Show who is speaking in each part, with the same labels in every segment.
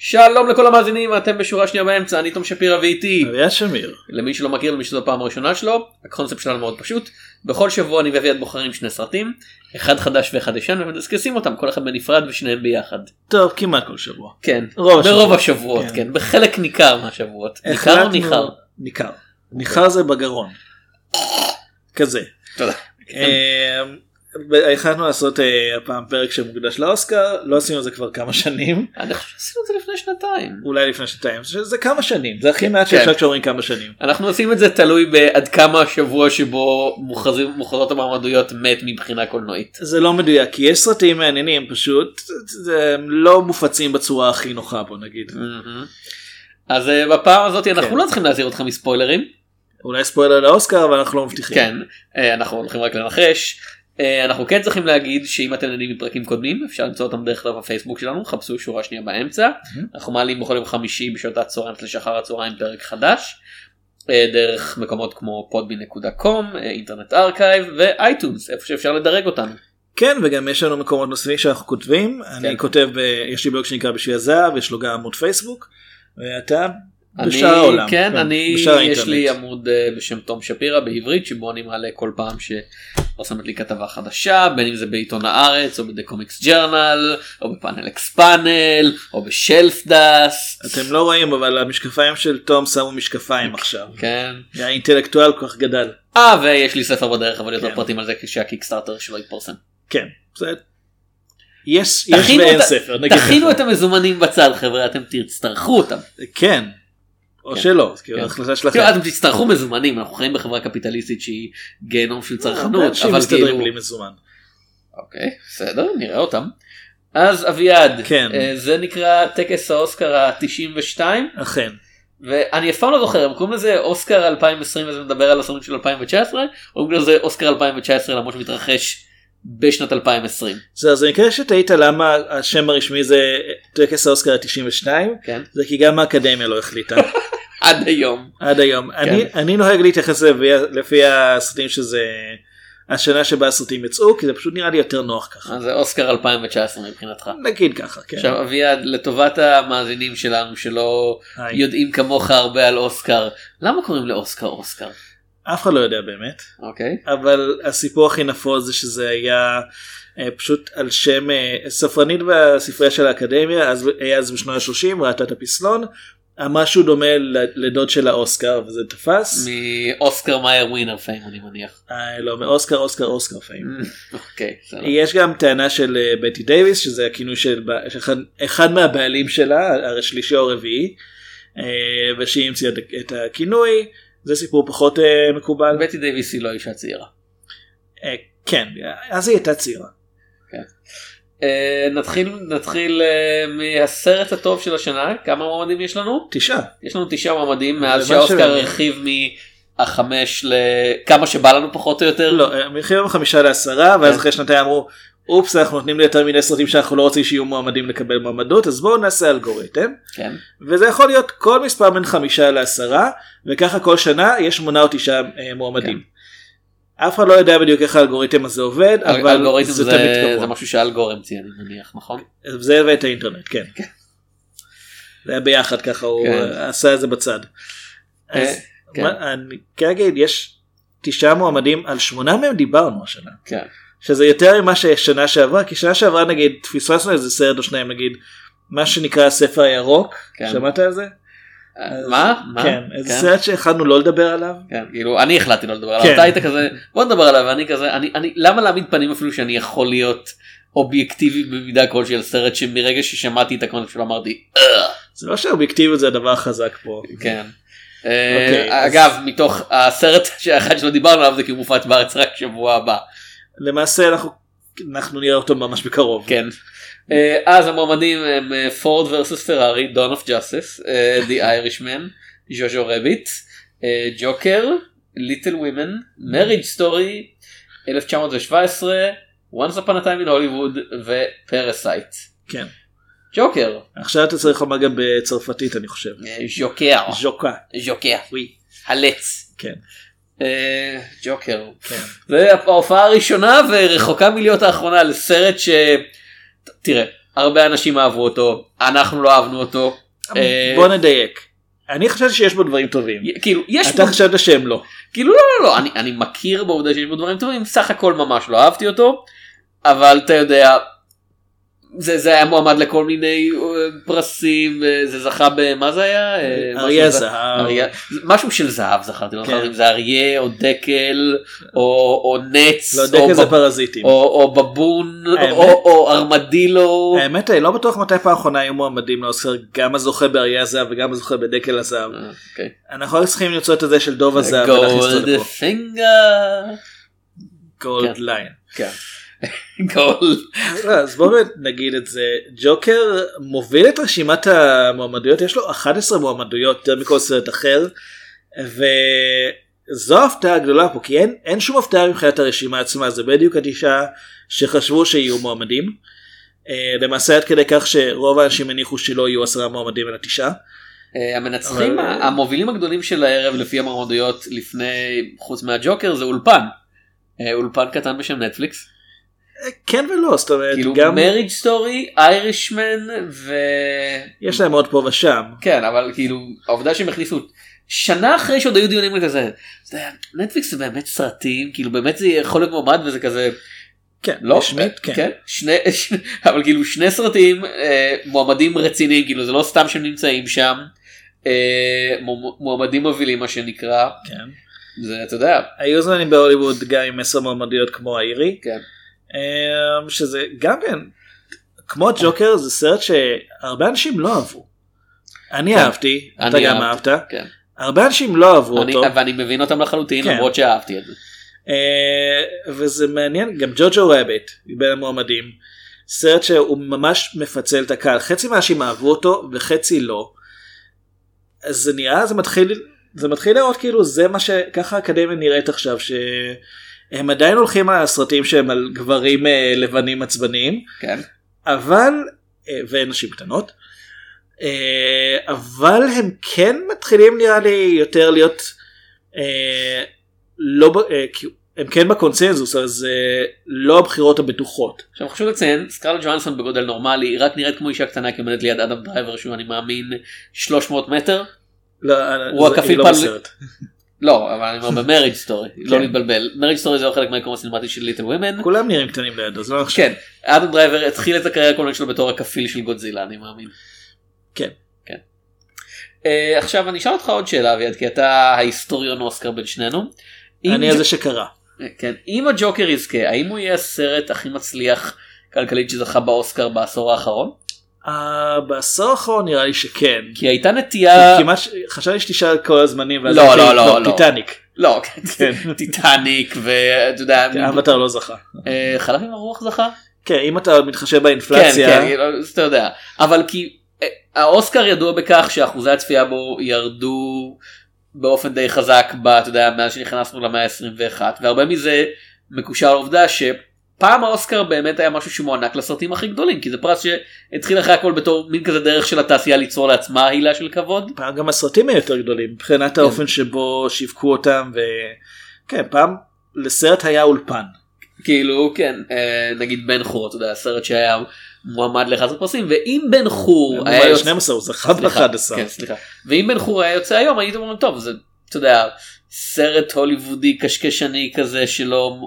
Speaker 1: שלום לכל המאזינים אתם בשורה שנייה באמצע אני תום שפירא ואיתי
Speaker 2: אריה שמיר.
Speaker 1: למי שלא מכיר למי שזו הפעם הראשונה שלו הקונספט שלנו מאוד פשוט בכל שבוע אני ואביעד בוחרים שני סרטים אחד חדש ואחד ישן ומדסקסים אותם כל אחד בנפרד ושניהם ביחד
Speaker 2: טוב, כמעט כל שבוע.
Speaker 1: כן
Speaker 2: רוב
Speaker 1: ברוב
Speaker 2: השבוע.
Speaker 1: השבועות
Speaker 2: כן.
Speaker 1: כן בחלק ניכר מהשבועות ניכר או
Speaker 2: החלטנו-
Speaker 1: ניכר
Speaker 2: ניכר. ניכר זה בגרון. כזה.
Speaker 1: תודה. כן.
Speaker 2: אה, ב- החלטנו לעשות אה, הפעם פרק שמוקדש לאוסקר, לא עשינו את זה כבר כמה שנים,
Speaker 1: אני חושב שעשינו את זה לפני שנתיים
Speaker 2: אולי לפני שנתיים, זה כמה שנים, זה
Speaker 1: כן,
Speaker 2: הכי מעט שאפשר כשאומרים כמה שנים.
Speaker 1: אנחנו עושים את זה תלוי בעד כמה השבוע שבו מוכרזים- מוכרזות המעמדויות מת מבחינה קולנועית.
Speaker 2: זה לא מדויק, כי יש סרטים מעניינים פשוט, זה- הם לא מופצים בצורה הכי נוחה בוא נגיד.
Speaker 1: מהמם. אז אה, בפעם הזאת אנחנו
Speaker 2: כן.
Speaker 1: לא צריכים להזהיר אותך מספוילרים
Speaker 2: אולי ספוילר לאוסקר, אבל אנחנו לא מבטיחים.
Speaker 1: כן אה, אנחנו הולכים רק לנחש אה, אנחנו כן צריכים להגיד שאם אתם נהנים מפרקים קודמים אפשר למצוא אותם דרך דף הפייסבוק שלנו חפשו שורה שנייה באמצע אנחנו מעלים בכל יום חמישי בשעות הצהריים של אחר הצהריים פרק חדש אה, דרך מקומות כמו podby.com אה, אינטרנט ארכייב ואייטונס איפה שאפשר לדרג אותנו
Speaker 2: כן וגם יש לנו מקומות נוספים שאנחנו כותבים
Speaker 1: כן.
Speaker 2: אני כותב ב... יש לי בלוג שנקרא בשביל הזהב יש לו גם עמוד פייסבוק. ואתה
Speaker 1: אני,
Speaker 2: בשאר העולם.
Speaker 1: כן, אני,
Speaker 2: בשאר
Speaker 1: יש לי
Speaker 2: האינטרנט.
Speaker 1: עמוד אה, בשם תום שפירא בעברית שבו אני מעלה כל פעם שפרסמת לי כתבה חדשה בין אם זה בעיתון הארץ או בדה קומיקס ג'רנל או בפאנל אקס פאנל או בשלף דאסט.
Speaker 2: אתם לא רואים אבל המשקפיים של תום שמו משקפיים עכשיו.
Speaker 1: כן.
Speaker 2: האינטלקטואל כל כך גדל.
Speaker 1: אה ויש לי ספר בדרך אבל יותר
Speaker 2: כן.
Speaker 1: פרטים על זה כשהקיקסטארטר שלו יתפרסם.
Speaker 2: כן. זה... יש, יש
Speaker 1: תכינו
Speaker 2: ואין
Speaker 1: את ה-
Speaker 2: ספר. נגיד
Speaker 1: תכינו
Speaker 2: ככה.
Speaker 1: את המזומנים בצד חבר'ה אתם תצטרכו אותם.
Speaker 2: כן. או
Speaker 1: כן.
Speaker 2: שלא. זה כאילו
Speaker 1: כן.
Speaker 2: החלטה שלכם.
Speaker 1: תראו, אתם תצטרכו מזומנים אנחנו חיים בחברה קפיטליסטית שהיא גיהנום של צרכנות
Speaker 2: אה, אנשים
Speaker 1: אבל
Speaker 2: מסתדרים
Speaker 1: כאילו
Speaker 2: בלי מזומן.
Speaker 1: אוקיי, בסדר, נראה אותם. אז אביעד,
Speaker 2: כן.
Speaker 1: אה, זה נקרא טקס האוסקר ה-92,
Speaker 2: אכן.
Speaker 1: ואני אף פעם לא זוכר, הם קוראים לזה אוסקר 2020 וזה מדבר על הסרטים של 2019, או קוראים לזה אוסקר 2019 למרות שמתרחש בשנת 2020,
Speaker 2: זהו, זה מקרה שתהית למה השם הרשמי זה טקס האוסקר ה-92
Speaker 1: כן?
Speaker 2: זה כי גם האקדמיה לא החליטה.
Speaker 1: עד היום.
Speaker 2: עד היום.
Speaker 1: כן.
Speaker 2: אני, אני נוהג להתייחס לפי, לפי הסרטים שזה השנה שבה הסרטים יצאו, כי זה פשוט נראה לי יותר נוח
Speaker 1: אז
Speaker 2: ככה.
Speaker 1: אה, זה אוסקר 2019 מבחינתך.
Speaker 2: נגיד ככה, כן.
Speaker 1: עכשיו אביעד, לטובת המאזינים שלנו שלא
Speaker 2: היי.
Speaker 1: יודעים כמוך הרבה על אוסקר, למה קוראים לאוסקר אוסקר?
Speaker 2: אף אחד לא יודע באמת,
Speaker 1: אוקיי?
Speaker 2: אבל הסיפור הכי נפוץ זה שזה היה אה, פשוט על שם אה, ספרנית בספרייה של האקדמיה, אז היה אז בשנות ה-30, ראתה את הפסלון, אמרה שהוא דומה ל- לדוד שלה אוסקר, וזה תפס.
Speaker 1: מאוסקר מאייר ווינר פיים אני מניח.
Speaker 2: אה, לא, מאוסקר, אוסקר, אוסקר פעים.
Speaker 1: אוקיי, בסדר.
Speaker 2: יש גם טענה של אה, בטי דייוויס שזה הכינוי של ב- של אחד, אחד מהבעלים שלה השלישי או הרביעי אה, ושהיא המציאה את- את הכינוי זה סיפור פחות אה, מקובל
Speaker 1: בטי דייוויס היא לא אישה צעירה.
Speaker 2: אה, כן אז היא הייתה צעירה
Speaker 1: אה, נתחיל נתחיל אה, מהסרט הטוב של השנה כמה מועמדים יש לנו?
Speaker 2: תשעה
Speaker 1: יש לנו תשעה מועמדים מאז
Speaker 2: זה מה
Speaker 1: שהאוסקר
Speaker 2: שמעניין.
Speaker 1: הרחיב מהחמש לכמה שבא לנו פחות או יותר.
Speaker 2: לא אה, הם החליטו מחמישה לעשרה ואז
Speaker 1: כן.
Speaker 2: אחרי שנתיים אמרו אופס אנחנו נותנים ליותר מיני סרטים שאנחנו לא רוצים שיהיו מועמדים לקבל מועמדות אז בואו נעשה אלגוריתם
Speaker 1: כן.
Speaker 2: וזה יכול להיות כל מספר בין חמישה לעשרה וככה כל שנה יש שמונה או תשעה אה, מועמדים. אף אחד לא יודע בדיוק איך האלגוריתם הזה עובד אבל
Speaker 1: אלגוריתם
Speaker 2: זה
Speaker 1: כן. זה
Speaker 2: תמיד
Speaker 1: זה
Speaker 2: קבוע.
Speaker 1: משהו שאלגור המציא אני מניח נכון?
Speaker 2: זה ואת האינטרנט כן. זה היה ביחד ככה הוא
Speaker 1: כן.
Speaker 2: אה, עשה את זה בצד. אז
Speaker 1: כן.
Speaker 2: מה- אני כן אגיד יש תשעה מועמדים על שמונה מהם דיברנו השנה.
Speaker 1: כן.
Speaker 2: שזה יותר ממה ששנה שעברה כי שנה שעברה נגיד פספסנו איזה סרט או שניים נגיד מה שנקרא הספר הירוק
Speaker 1: כן.
Speaker 2: שמעת על זה?
Speaker 1: אה, מה? מה?
Speaker 2: כן, איזה סרט שהחלטנו לא לדבר עליו.
Speaker 1: כן, כאילו אני החלטתי לא לדבר עליו,
Speaker 2: כן.
Speaker 1: אתה היית כזה בוא נדבר עליו ואני כזה אני אני למה להעמיד פנים אפילו שאני יכול להיות אובייקטיבי במידה כלשהי על סרט שמרגע ששמעתי את הקונספט שלו אמרתי
Speaker 2: זה לא שאובייקטיביות זה הדבר החזק פה.
Speaker 1: כן.
Speaker 2: אוקיי,
Speaker 1: אה,
Speaker 2: אז-
Speaker 1: אגב מתוך הסרט שאחד שלא דיברנו עליו זה כי הוא מופץ בארץ רק שבוע הבא
Speaker 2: למעשה אנחנו אנחנו נראה אותו ממש בקרוב.
Speaker 1: כן. אה, אז המועמדים הם אה, פורד versus פרארי, דון אוף ג'אסס, די איירישמן, ז'וז'ו רביט, אה, ג'וקר, ליטל ווימן, מריג' סטורי, 1917, once upon a time in הוליווד ופרסייט.
Speaker 2: כן.
Speaker 1: ג'וקר,
Speaker 2: עכשיו אתה צריך לומר גם בצרפתית אני חושב.
Speaker 1: אה, ז'וקר,
Speaker 2: ז'וקה.
Speaker 1: ז'וקר,
Speaker 2: וואי.
Speaker 1: הלץ.
Speaker 2: כן.
Speaker 1: אה, ג'וקר,
Speaker 2: כן.
Speaker 1: זה ההופעה הראשונה ורחוקה מלהיות האחרונה לסרט ש... ת- תראה, הרבה אנשים אהבו אותו, אנחנו לא אהבנו אותו. אה,
Speaker 2: אמ, בוא נדייק. אני חשבתי שיש בו דברים טובים.
Speaker 1: כאילו יש
Speaker 2: אתה
Speaker 1: בו-
Speaker 2: חשבת שהם לא.
Speaker 1: כאילו לא לא לא אני, אני מכיר בעובדה שיש בו דברים טובים סך הכל ממש לא אהבתי אותו אבל אתה יודע זה זה היה מועמד לכל מיני אה, פרסים אה, זה זכה במה זה היה אה,
Speaker 2: אריה
Speaker 1: משהו-
Speaker 2: זהב.
Speaker 1: אריה- משהו של זהב זכרתי לא
Speaker 2: כן.
Speaker 1: זכרתי אם זה אריה או דקל או, או נץ
Speaker 2: לא
Speaker 1: או,
Speaker 2: יודע כזה
Speaker 1: בב-
Speaker 2: פרזיטים.
Speaker 1: או, או בבון
Speaker 2: האמת?
Speaker 1: או, או ארמדילו
Speaker 2: האמת אני לא בטוח מתי פעם האחרונה היו מועמדים לאוסקר גם הזוכה באריה הזהב וגם הזוכה בדקל הזהב.
Speaker 1: אה, אוקיי.
Speaker 2: אנחנו רק צריכים למצוא את הזה של דוב הזהב ולהכניס אותו
Speaker 1: גולד
Speaker 2: לפה.
Speaker 1: פינגר
Speaker 2: גולד
Speaker 1: כן.
Speaker 2: ליין.
Speaker 1: כן. גולד
Speaker 2: לא, אז בואו באמת נגיד את זה ג'וקר מוביל את רשימת המועמדויות יש לו 11 מועמדויות יותר מכל סרט אחר וזו ההפתעה הגדולה פה כי אין, אין שום הפתעה מבחינת הרשימה עצמה זה בדיוק התשעה שחשבו שיהיו מועמדים אה, למעשה עד כדי כך שרוב האנשים הניחו שלא יהיו עשרה מועמדים אלא תשעה
Speaker 1: אה, המנצחים,
Speaker 2: אבל-
Speaker 1: המובילים הגדולים של הערב לפי המועמדויות לפני, חוץ מהג'וקר, זה אולפן. אה, אולפן קטן בשם נטפליקס.
Speaker 2: אה, כן ולא זאת אומרת
Speaker 1: כאילו
Speaker 2: גם
Speaker 1: מריג' סטורי, איירישמן ו...
Speaker 2: יש להם עוד פה ושם
Speaker 1: כן, אבל כאילו, העובדה שהם הכניסו שנה אחרי שעוד היו דיונים לכזה, אתה יודע, נטפליקס זה באמת סרטים, כאילו באמת זה יכול להיות מועמד וזה כזה,
Speaker 2: כן
Speaker 1: לא,
Speaker 2: רשמית כן.
Speaker 1: כן, שני, אבל כאילו שני סרטים אה, מועמדים רציניים, כאילו זה לא סתם שהם נמצאים שם, אה, מועמ- מועמדים מובילים מה שנקרא.
Speaker 2: כן.
Speaker 1: זה אתה יודע
Speaker 2: היו זמנים בהוליווד גם עם 10 מועמדויות כמו האירי
Speaker 1: כן
Speaker 2: אמ, שזה גם כן כמו ג'וקר זה סרט שהרבה אנשים לא אהבו. אני
Speaker 1: כן.
Speaker 2: אהבתי אתה
Speaker 1: אני
Speaker 2: גם אהבת
Speaker 1: אהבתי, כן.
Speaker 2: הרבה אנשים לא אהבו
Speaker 1: אני,
Speaker 2: אותו
Speaker 1: ואני מבין אותם לחלוטין
Speaker 2: כן.
Speaker 1: למרות שאהבתי את זה.
Speaker 2: אה, וזה מעניין גם ג'וג'ו רביט בין המועמדים סרט שהוא ממש מפצל את הקהל חצי מהאנשים אהבו אותו וחצי לא. אז זה נראה זה מתחיל זה מתחיל להראות כאילו זה מה שככה האקדמיה נראית עכשיו שהם עדיין הולכים על הסרטים שהם על גברים אה, לבנים עצבניים
Speaker 1: כן.
Speaker 2: אבל אה, ונשים קטנות אה, אבל הם כן מתחילים נראה לי יותר להיות אה, לא ב- אה, כי- הם כן בקונצנזוס אז אה, לא הבחירות הבטוחות
Speaker 1: עכשיו חשוב לציין סקרלט ג'ואנסון בגודל נורמלי היא רק נראית כמו אישה קטנה כי עומדת ליד אדם דרייבר שהוא אני מאמין 300 מטר
Speaker 2: לא,
Speaker 1: הוא
Speaker 2: זה-
Speaker 1: הכפיל
Speaker 2: היא לא
Speaker 1: פעם-
Speaker 2: בסרט.
Speaker 1: לא אבל אני אומר במריג' סטורי לא
Speaker 2: כן.
Speaker 1: להתבלבל מריג' סטורי זה לא חלק מהעיקרון הסינמטי של ליטל ווימן.
Speaker 2: כולם נראים קטנים לידו זה לא נחשב
Speaker 1: כן אדם דרייבר התחיל את הקריירה הקולנועית שלו בתור הכפיל של גודזילה אני מאמין.
Speaker 2: כן.
Speaker 1: כן. אה, עכשיו אני אשאל אותך עוד שאלה אביעד כי אתה ההיסטוריון אוסקר בין שנינו. אם
Speaker 2: אני הזה שקרא
Speaker 1: כן, אם הג'וקר יזכה, האם הוא יהיה הסרט הכי מצליח כלכלית שזכה באוסקר בעשור האחרון?
Speaker 2: אה, בעשור האחרון נראה לי שכן
Speaker 1: כי הייתה נטייה...
Speaker 2: כמעט ש- חשבתי שתשאל כל הזמנים ואז
Speaker 1: אה, לא,
Speaker 2: אמרתי,
Speaker 1: לא, לא,
Speaker 2: טוב,
Speaker 1: לא.
Speaker 2: טיטניק
Speaker 1: לא, כן,
Speaker 2: כן.
Speaker 1: טיטניק ואתה יודע...
Speaker 2: כן, אבטר לא זכה
Speaker 1: אה, חלב עם הרוח זכה?
Speaker 2: כן אם אתה מתחשב
Speaker 1: כן,
Speaker 2: באינפלציה
Speaker 1: כן, לא, אז אתה יודע. אבל כי אה, האוסקר ידוע בכך שאחוזי הצפייה בו ירדו באופן די חזק, ב- אתה יודע, מאז שנכנסנו למאה ה-21, והרבה מזה מקושר לעובדה ש... פעם האוסקר באמת היה משהו שמוענק לסרטים הכי גדולים כי זה פרס שהתחיל אחרי הכל בתור מין כזה דרך של התעשייה ליצור לעצמה הילה של כבוד.
Speaker 2: פעם גם הסרטים היו יותר גדולים מבחינת
Speaker 1: כן.
Speaker 2: האופן שבו שיווקו אותם וכן פעם לסרט היה אולפן
Speaker 1: כאילו כן אה, נגיד בן חור אתה יודע הסרט שהיה מועמד לאחד הפרסים ואם בן
Speaker 2: אה,
Speaker 1: חור היה יוצא
Speaker 2: 12 הוא זכה
Speaker 1: סליחה,
Speaker 2: ב-11
Speaker 1: כן, סליחה. ואם בן חור היה יוצא היום הייתם אומרים טוב זה אתה יודע סרט הוליוודי קשקשני כזה שלא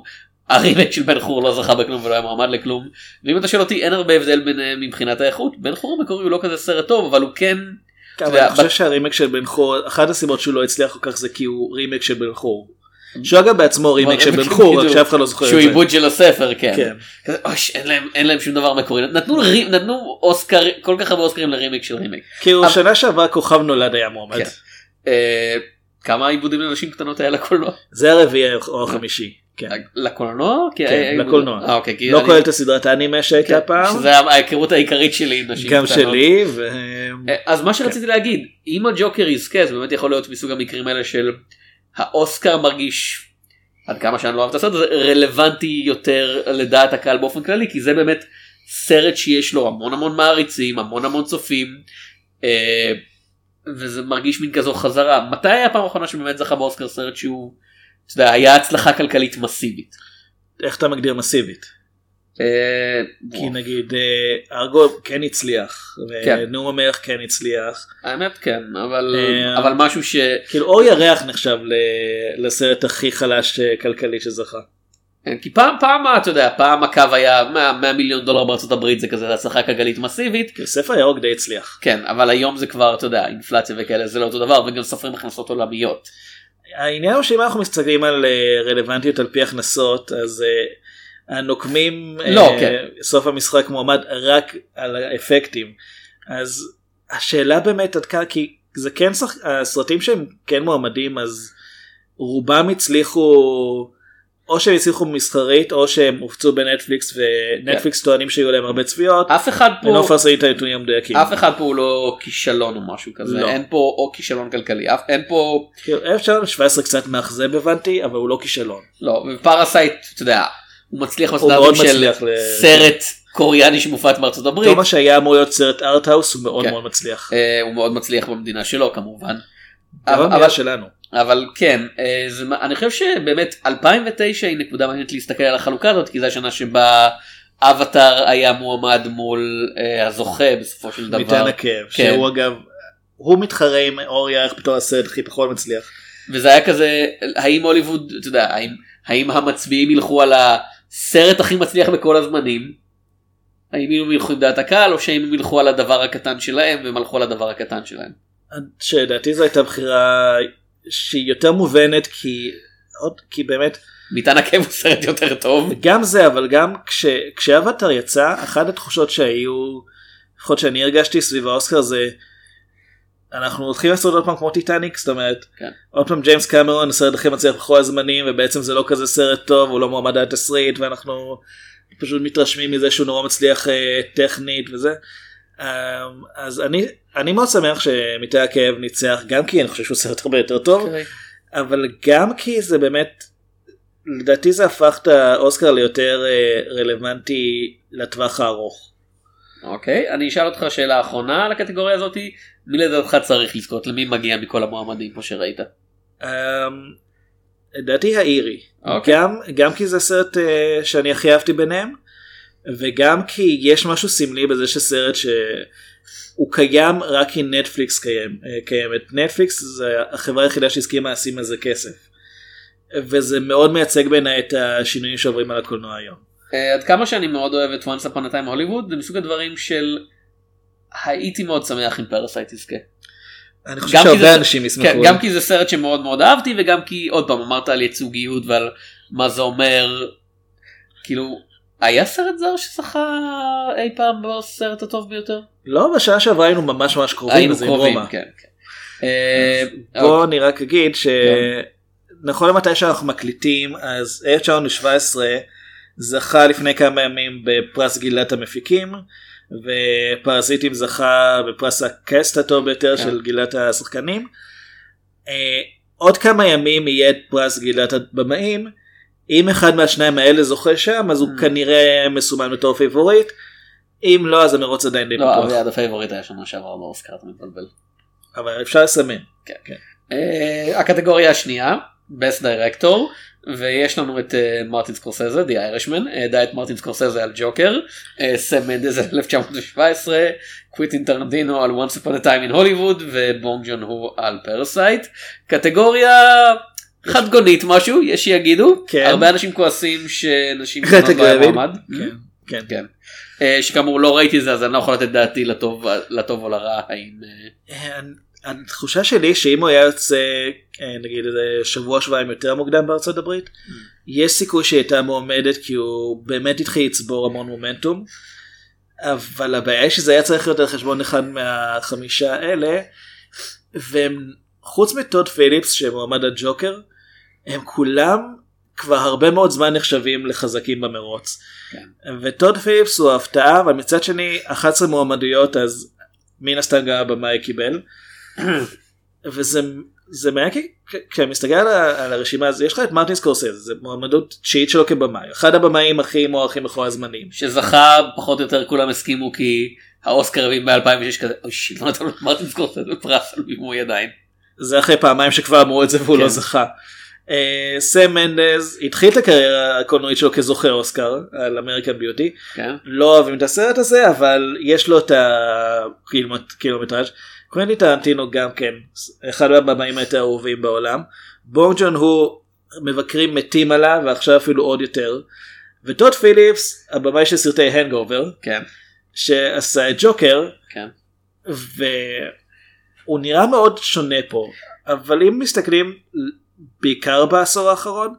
Speaker 1: הרימק של בן חור לא זכה בכלום ולא היה מועמד לכלום ואם אתה שואל אותי אין הרבה הבדל ביניהם מבחינת האיכות בן חור המקורי הוא לא כזה סרט טוב אבל הוא כן אתה
Speaker 2: כן, אבל
Speaker 1: יודע,
Speaker 2: אני חושב
Speaker 1: בת-
Speaker 2: שהרימק של בן חור אחת הסיבות שהוא לא הצליח כל כך זה כי הוא רימק של בן חור.
Speaker 1: Mm-hmm.
Speaker 2: שהוא אגב בעצמו רימק של בן חור רק
Speaker 1: בדיוק.
Speaker 2: שאף אחד לא זוכר את זה.
Speaker 1: שהוא עיבוד של הספר כן.
Speaker 2: כן.
Speaker 1: כזה, "אוש, אין להם- אין להם שום דבר מקורי נתנו רי- נתנו אוסקר כל כך הרבה אוסקרים לרימק של רימק.
Speaker 2: כאילו
Speaker 1: אבל-
Speaker 2: שנה שעברה כוכב נולד היה מועמד.
Speaker 1: כן. אה, כמה עיבודים לנשים קטנות היה לקולנוע?
Speaker 2: זה הרביעי או החמישי. כן.
Speaker 1: לקולנוע? כי
Speaker 2: כן,
Speaker 1: היה-
Speaker 2: לקולנוע.
Speaker 1: אה, אוקיי, כי
Speaker 2: לא
Speaker 1: אני-
Speaker 2: כולל את הסדרת האנימה
Speaker 1: כן,
Speaker 2: שהייתה פעם.
Speaker 1: שזה ההיכרות העיקרית שלי עם נשים
Speaker 2: גם
Speaker 1: קטנות.
Speaker 2: שלי. ו-
Speaker 1: אה, אז מה שרציתי להגיד אם הג'וקר יזכה זה באמת יכול להיות מסוג המקרים האלה של האוסקר מרגיש עד כמה שאני לא אוהב את הסרט הזה רלוונטי יותר לדעת הקהל באופן כללי כי זה באמת סרט שיש לו המון המון מעריצים המון המון צופים אה, וזה מרגיש מין כזו חזרה מתי היה הפעם האחרונה שבאמת זכה באוסקר סרט שהוא אתה יודע, היה הצלחה כלכלית מסיבית.
Speaker 2: איך אתה מגדיר מסיבית?
Speaker 1: אה,
Speaker 2: כי נגיד אה, ארגו כן הצליח,
Speaker 1: כן.
Speaker 2: ונאום המלך כן הצליח,
Speaker 1: האמת כן אבל
Speaker 2: אה,
Speaker 1: אבל משהו ש...
Speaker 2: כאילו אור ירח נחשב ל- לסרט הכי חלש אה, כלכלית שזכה.
Speaker 1: כן, כי פעם פעם אתה יודע פעם הקו היה 100, 100 מיליון דולר בארצות הברית זה כזה הצלחה כלכלית מסיבית
Speaker 2: כאילו ספר ירוק די הצליח.
Speaker 1: כן אבל היום זה כבר אתה יודע אינפלציה וכאלה זה לא אותו דבר וגם סופרים הכנסות עולמיות.
Speaker 2: העניין הוא שאם אנחנו מסתכלים על אה, רלוונטיות על פי הכנסות אז אה, הנוקמים אה,
Speaker 1: לא, כן.
Speaker 2: סוף המשחק מועמד רק על האפקטים אז השאלה באמת עד כאן כי זה כן שח... הסרטים שהם כן מועמדים אז רובם הצליחו או שהם הצליחו מסחרית או שהם הופצו בנטפליקס ונטפליקס טוענים שהיו להם הרבה צפיות.
Speaker 1: אף אחד
Speaker 2: אני לא
Speaker 1: פה
Speaker 2: מפרסמים את הנתונים המדויקים.
Speaker 1: אף אחד פה הוא לא כישלון או משהו כזה
Speaker 2: לא.
Speaker 1: אין פה או כישלון כלכלי אף- אין פה
Speaker 2: כאילו, 1917 קצת מאכזב הבנתי אבל הוא לא כישלון.
Speaker 1: לא, ופרסייט, אתה יודע, הוא מצליח בסטנדרטים
Speaker 2: מאוד
Speaker 1: של
Speaker 2: מצליח ל-
Speaker 1: סרט קוריאני שמופץ בארצות הברית,
Speaker 2: כל מה שהיה אמור להיות סרט ארטהאוס הוא מאוד
Speaker 1: כן.
Speaker 2: מאוד מצליח.
Speaker 1: אה, הוא מאוד מצליח במדינה שלו כמובן.
Speaker 2: אבל
Speaker 1: אה, אבל-
Speaker 2: הבעיה שלנו.
Speaker 1: אבל כן, אה, זה מה- אני חושב שבאמת 2009 היא נקודה מעניינת להסתכל על החלוקה הזאת, כי זו השנה שבה אבטאר היה מועמד מול אה, הזוכה בסופו של דבר,
Speaker 2: מטען הכאב.
Speaker 1: כן.
Speaker 2: שהוא אגב, הוא מתחרה עם אור ירח בתור הסרט הכי פחות מצליח.
Speaker 1: וזה היה כזה, האם הוליווד, אתה יודע, האם, האם המצביעים ילכו על הסרט הכי מצליח בכל הזמנים? האם הם ילכו עם דעת הקהל, או שהם הם ילכו על הדבר הקטן שלהם, והם הלכו על הדבר הקטן שלהם?
Speaker 2: שלדעתי זו הייתה בחירה שהיא יותר מובנת כי... עוד, כי באמת
Speaker 1: מטען עקב הוא סרט יותר טוב.
Speaker 2: גם זה אבל גם כש, כשאבטר יצא אחת התחושות שהיו לפחות שאני הרגשתי סביב האוסקר זה אנחנו הולכים לעשות עוד פעם כמו טיטניק זאת אומרת
Speaker 1: כן.
Speaker 2: עוד פעם ג'יימס קמרון הסרט הכי מצליח בכל הזמנים ובעצם זה לא כזה סרט טוב הוא לא מועמד על תסריט ואנחנו פשוט מתרשמים מזה שהוא נורא מצליח אה, טכנית וזה. אמ, אז אני אני מאוד שמח שמטה הכאב ניצח גם כי אני חושב שהוא סרט הרבה יותר טוב אבל גם כי זה באמת, לדעתי זה הפך את האוסקר ליותר אה, רלוונטי לטווח הארוך.
Speaker 1: אוקיי, אני אשאל אותך שאלה אחרונה על הקטגוריה הזאת, מי לדעתך צריך לזכות? למי מגיע מכל המועמדים כמו שראית?
Speaker 2: אמ, לדעתי האירי,
Speaker 1: אוקיי.
Speaker 2: גם, גם כי זה סרט אה, שאני הכי אהבתי ביניהם, וגם כי יש משהו סמלי בזה שסרט שהוא קיים רק כי נטפליקס קיים, אה, קיימת. נטפליקס זה החברה היחידה שהסכימה לשים על זה כסף. וזה מאוד מייצג בעיניי את השינויים שעוברים על הקולנוע היום.
Speaker 1: אה, עד כמה שאני מאוד אוהב את once upon a time הוליווד, זה מסוג הדברים של הייתי מאוד שמח אם פרסייט יזכה.
Speaker 2: אני
Speaker 1: גם
Speaker 2: חושב
Speaker 1: כי
Speaker 2: שהרבה
Speaker 1: זה-
Speaker 2: אנשים ישמחו.
Speaker 1: כן,
Speaker 2: על
Speaker 1: גם כי זה סרט שמאוד מאוד אהבתי וגם כי עוד פעם אמרת על ייצוגיות ועל מה זה אומר כאילו היה סרט זר שזכה אי פעם בסרט הטוב ביותר?
Speaker 2: לא, בשעה שעברה היינו ממש ממש קרובים,
Speaker 1: היינו
Speaker 2: אז עם רומא.
Speaker 1: כן. כן. אה,
Speaker 2: בוא אני רק אגיד שנכון למתי שאנחנו מקליטים, אז 1917 זכה לפני כמה ימים בפרס גילת המפיקים, ופרזיטים זכה בפרס הקאסט הטוב ביותר
Speaker 1: כן.
Speaker 2: של גילת השחקנים. אה, עוד כמה ימים יהיה את פרס גילת הבמאים. אם אחד מהשניים האלה זוכה שם אז הוא
Speaker 1: Mm.
Speaker 2: כנראה מסומן בתור פייבוריט אם לא אז המרוץ עדיין די
Speaker 1: לא,
Speaker 2: פתוח
Speaker 1: אביעד הפייבוריט היה שנה שעברה באוסקר אתה מתבלבל.
Speaker 2: אבל אפשר לסמן.
Speaker 1: אה, הקטגוריה השנייה best director ויש לנו את אה, מרטין סקורסזה די איירשמן העדה את מרטין סקורסזה על ג'וקר אה, סם מנדז על 1917 קוויטין טרנטינו על once upon a time in הוליווד ובונג ג'ון הו על פרסייט קטגוריה חד גונית משהו יש שיגידו
Speaker 2: כן.
Speaker 1: הרבה אנשים כועסים שנשים
Speaker 2: קטגוריה.
Speaker 1: שונות לא היה מעמד.
Speaker 2: כן, כן.
Speaker 1: כן. אה, שכאמור לא ראיתי זה אז אני לא יכול לתת דעתי לטוב לטוב או לרע האם אה,
Speaker 2: התחושה שלי שאם הוא היה יוצא אה, נגיד איזה שבוע שבועיים יותר מוקדם בארצות הברית יש סיכוי שהיא הייתה מועמדת כי הוא באמת התחיל לצבור המון מומנטום. אבל הבעיה היא שזה היה צריך להיות על חשבון אחד מהחמישה האלה. והם חוץ מטוד פיליפס שמועמד הג'וקר הם כולם כבר הרבה מאוד זמן נחשבים לחזקים במרוץ. וטוד פיליפס הוא ההפתעה אבל מצד שני 11 מועמדויות אז מן הסתם גם הבמאי קיבל. וזה זה מעניין כי כ- כשאני מסתכל על, ה- על הרשימה אז יש לך את מרטין סקורסז זה מועמדות תשיעית שלו כבמאי אחד הבמאים הכי מוערכים בכל הזמנים.
Speaker 1: שזכה פחות או יותר כולם הסכימו כי האוסקר הביא ב-2006 כזה אוי שיט לא נתנו למרטין סקורסזה פרס על בימוי ידיים.
Speaker 2: זה אחרי פעמיים שכבר אמרו את זה והוא
Speaker 1: כן.
Speaker 2: לא זכה. אה, סם מנדז התחיל את הקריירה הקולנועית שלו כזוכה אוסקר על אמריקן ביוטי.
Speaker 1: כן.
Speaker 2: לא אוהבים את הסרט הזה אבל יש לו את הקילומטראז'. קוונטין טרנטינו גם כן אחד מהבמאים היותר אהובים בעולם. בונג ג'ון הוא מבקרים מתים עליו ועכשיו אפילו עוד יותר. וטוד פיליפס הבמאי של סרטי הנגאובר
Speaker 1: כן.
Speaker 2: שעשה את ג'וקר
Speaker 1: כן.
Speaker 2: והוא נראה מאוד שונה פה אבל אם מסתכלים בעיקר בעשור האחרון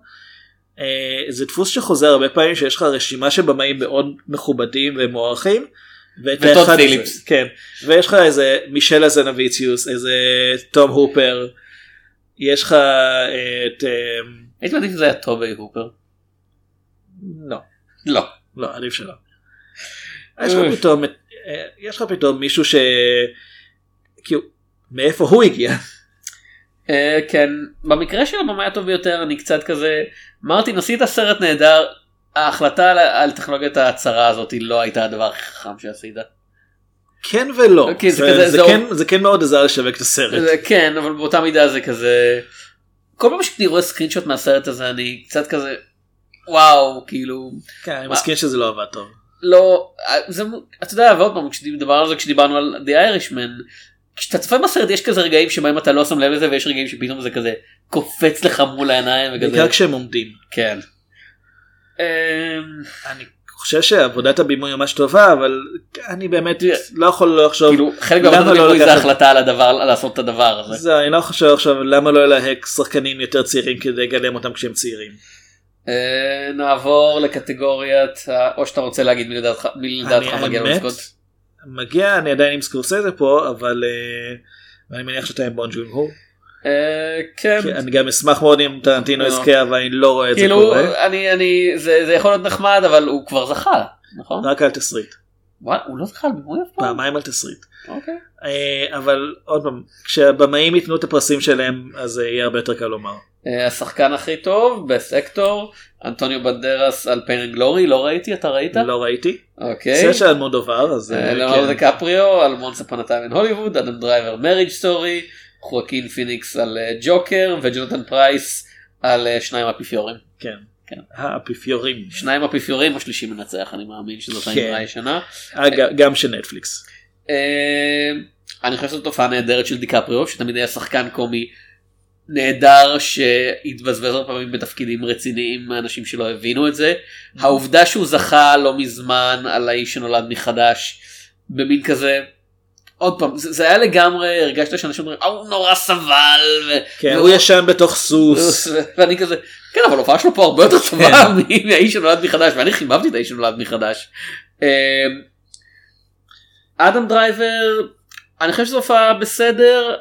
Speaker 2: אה, זה דפוס שחוזר הרבה פעמים שיש לך רשימה של במאים מאוד מכובדים ומוערכים. ואת
Speaker 1: וטוד
Speaker 2: האחד הזה-
Speaker 1: פיליפס.
Speaker 2: כן ויש לך איזה מישל אזנביציוס איזה תום הופר יש לך את אה,
Speaker 1: הייתי מעדיף שזה היה טובי הופר.
Speaker 2: לא
Speaker 1: לא.
Speaker 2: לא, עדיף שלא. יש לך פתאום, את- אה, יש לך פתאום מישהו ש... כאילו, מאיפה הוא הגיע?
Speaker 1: אה, כן. במקרה של הבמאי הטוב ביותר אני קצת כזה מרטין עשית סרט נהדר. ההחלטה על, על טכנולוגיית ההצהרה הזאת היא לא הייתה הדבר הכי חכם שעשית.
Speaker 2: כן ולא.
Speaker 1: אוקיי, זה
Speaker 2: זה-
Speaker 1: כזה-
Speaker 2: זה
Speaker 1: זה-
Speaker 2: כן- זה כן מאוד עזר לשווק את הסרט.
Speaker 1: זה- כן אבל באותה מידה זה כזה כל פעם שאני רואה סקרינשוט מהסרט הזה אני קצת כזה וואו כאילו
Speaker 2: כן, אני מסכים שזה לא עבד טוב.
Speaker 1: לא, זה, אתה יודע, ועוד פעם, כשדיברנו על זה, כשדיברנו על The Irishman, כשאתה צופה בסרט יש כזה רגעים שבהם אתה לא שם לב לזה, ויש רגעים שפתאום זה כזה קופץ לך מול העיניים וכזה,
Speaker 2: בעיקר כשהם עומדים.
Speaker 1: כן. אמ,
Speaker 2: אני חושב שעבודת הבימוי ממש טובה, אבל אני באמת לא יכול לא לחשוב.
Speaker 1: כאילו, חלק
Speaker 2: למה
Speaker 1: מהעבודת
Speaker 2: לא
Speaker 1: הליווי זה
Speaker 2: לקחת-
Speaker 1: החלטה על הדבר, על לעשות את הדבר הזה.
Speaker 2: זהו, אני לא חושב עכשיו למה לא להק שחקנים יותר צעירים כדי לגלם אותם כשהם צעירים.
Speaker 1: אה, נעבור לקטגוריית, ה- או שאתה רוצה להגיד מי לדעתך מי לדעתך
Speaker 2: אני-
Speaker 1: מגיע לו
Speaker 2: האמת,
Speaker 1: לזכות.
Speaker 2: מגיע, אני עדיין עם סקורסזה פה, אבל אה, אני מניח שאתה עם בון ג'ון הו.
Speaker 1: אה, כן.
Speaker 2: כן, אני גם אשמח מאוד אם טרנטינו
Speaker 1: לא.
Speaker 2: יזכה אבל אני לא רואה את זה
Speaker 1: כאילו,
Speaker 2: קורה
Speaker 1: אני, אני, זה זה יכול להיות נחמד, אבל הוא כבר זכה, נכון?
Speaker 2: רק על תסריט
Speaker 1: וואלה, הוא לא זכה על בימוי אף פעם?
Speaker 2: פעמיים על תסריט
Speaker 1: אוקיי.
Speaker 2: אה, אבל עוד פעם כשהבמאים ייתנו את הפרסים שלהם אז אה, יהיה הרבה יותר קל לומר
Speaker 1: אה, השחקן הכי טוב בסקטור אנטוניו בנדרס על פיינג גלורי לא ראיתי אתה ראית?
Speaker 2: לא ראיתי
Speaker 1: אוקיי. לא,
Speaker 2: סרט של אלמודובר אז אה,
Speaker 1: לנאונד
Speaker 2: כן.
Speaker 1: דקפריו על מונס הפנתיים אין הוליווד אדם דרייבר מריג' סטורי חואקין פיניקס על אה, ג'וקר וג'ונתן פרייס על אה, שניים אפיפיורים.
Speaker 2: כן
Speaker 1: כן.
Speaker 2: האפיפיורים
Speaker 1: שניים אפיפיורים השלישי מנצח אני מאמין שזאת
Speaker 2: כן.
Speaker 1: האמרה הישנה.
Speaker 2: אה, ג- גם של נטפליקס
Speaker 1: אה, אני חושב שזו תופעה נהדרת של דיקפריו שתמיד היה שחקן קומי נהדר שהתבזבז הרבה פעמים בתפקידים רציניים מאנשים שלא הבינו את זה. העובדה שהוא זכה לא מזמן על האיש שנולד מחדש במין כזה. עוד פעם זה, זה היה לגמרי הרגשת שאנשים אומרים "אה, הוא נורא סבל ו-
Speaker 2: כן
Speaker 1: זה-
Speaker 2: הוא ישן בתוך סוס
Speaker 1: ואני כזה כן אבל ההופעה שלו פה הרבה יותר טובה מהאיש שנולד מחדש ואני חיבבתי את האיש שנולד מחדש. אה, אדם דרייבר אני חושב שזו הופעה בסדר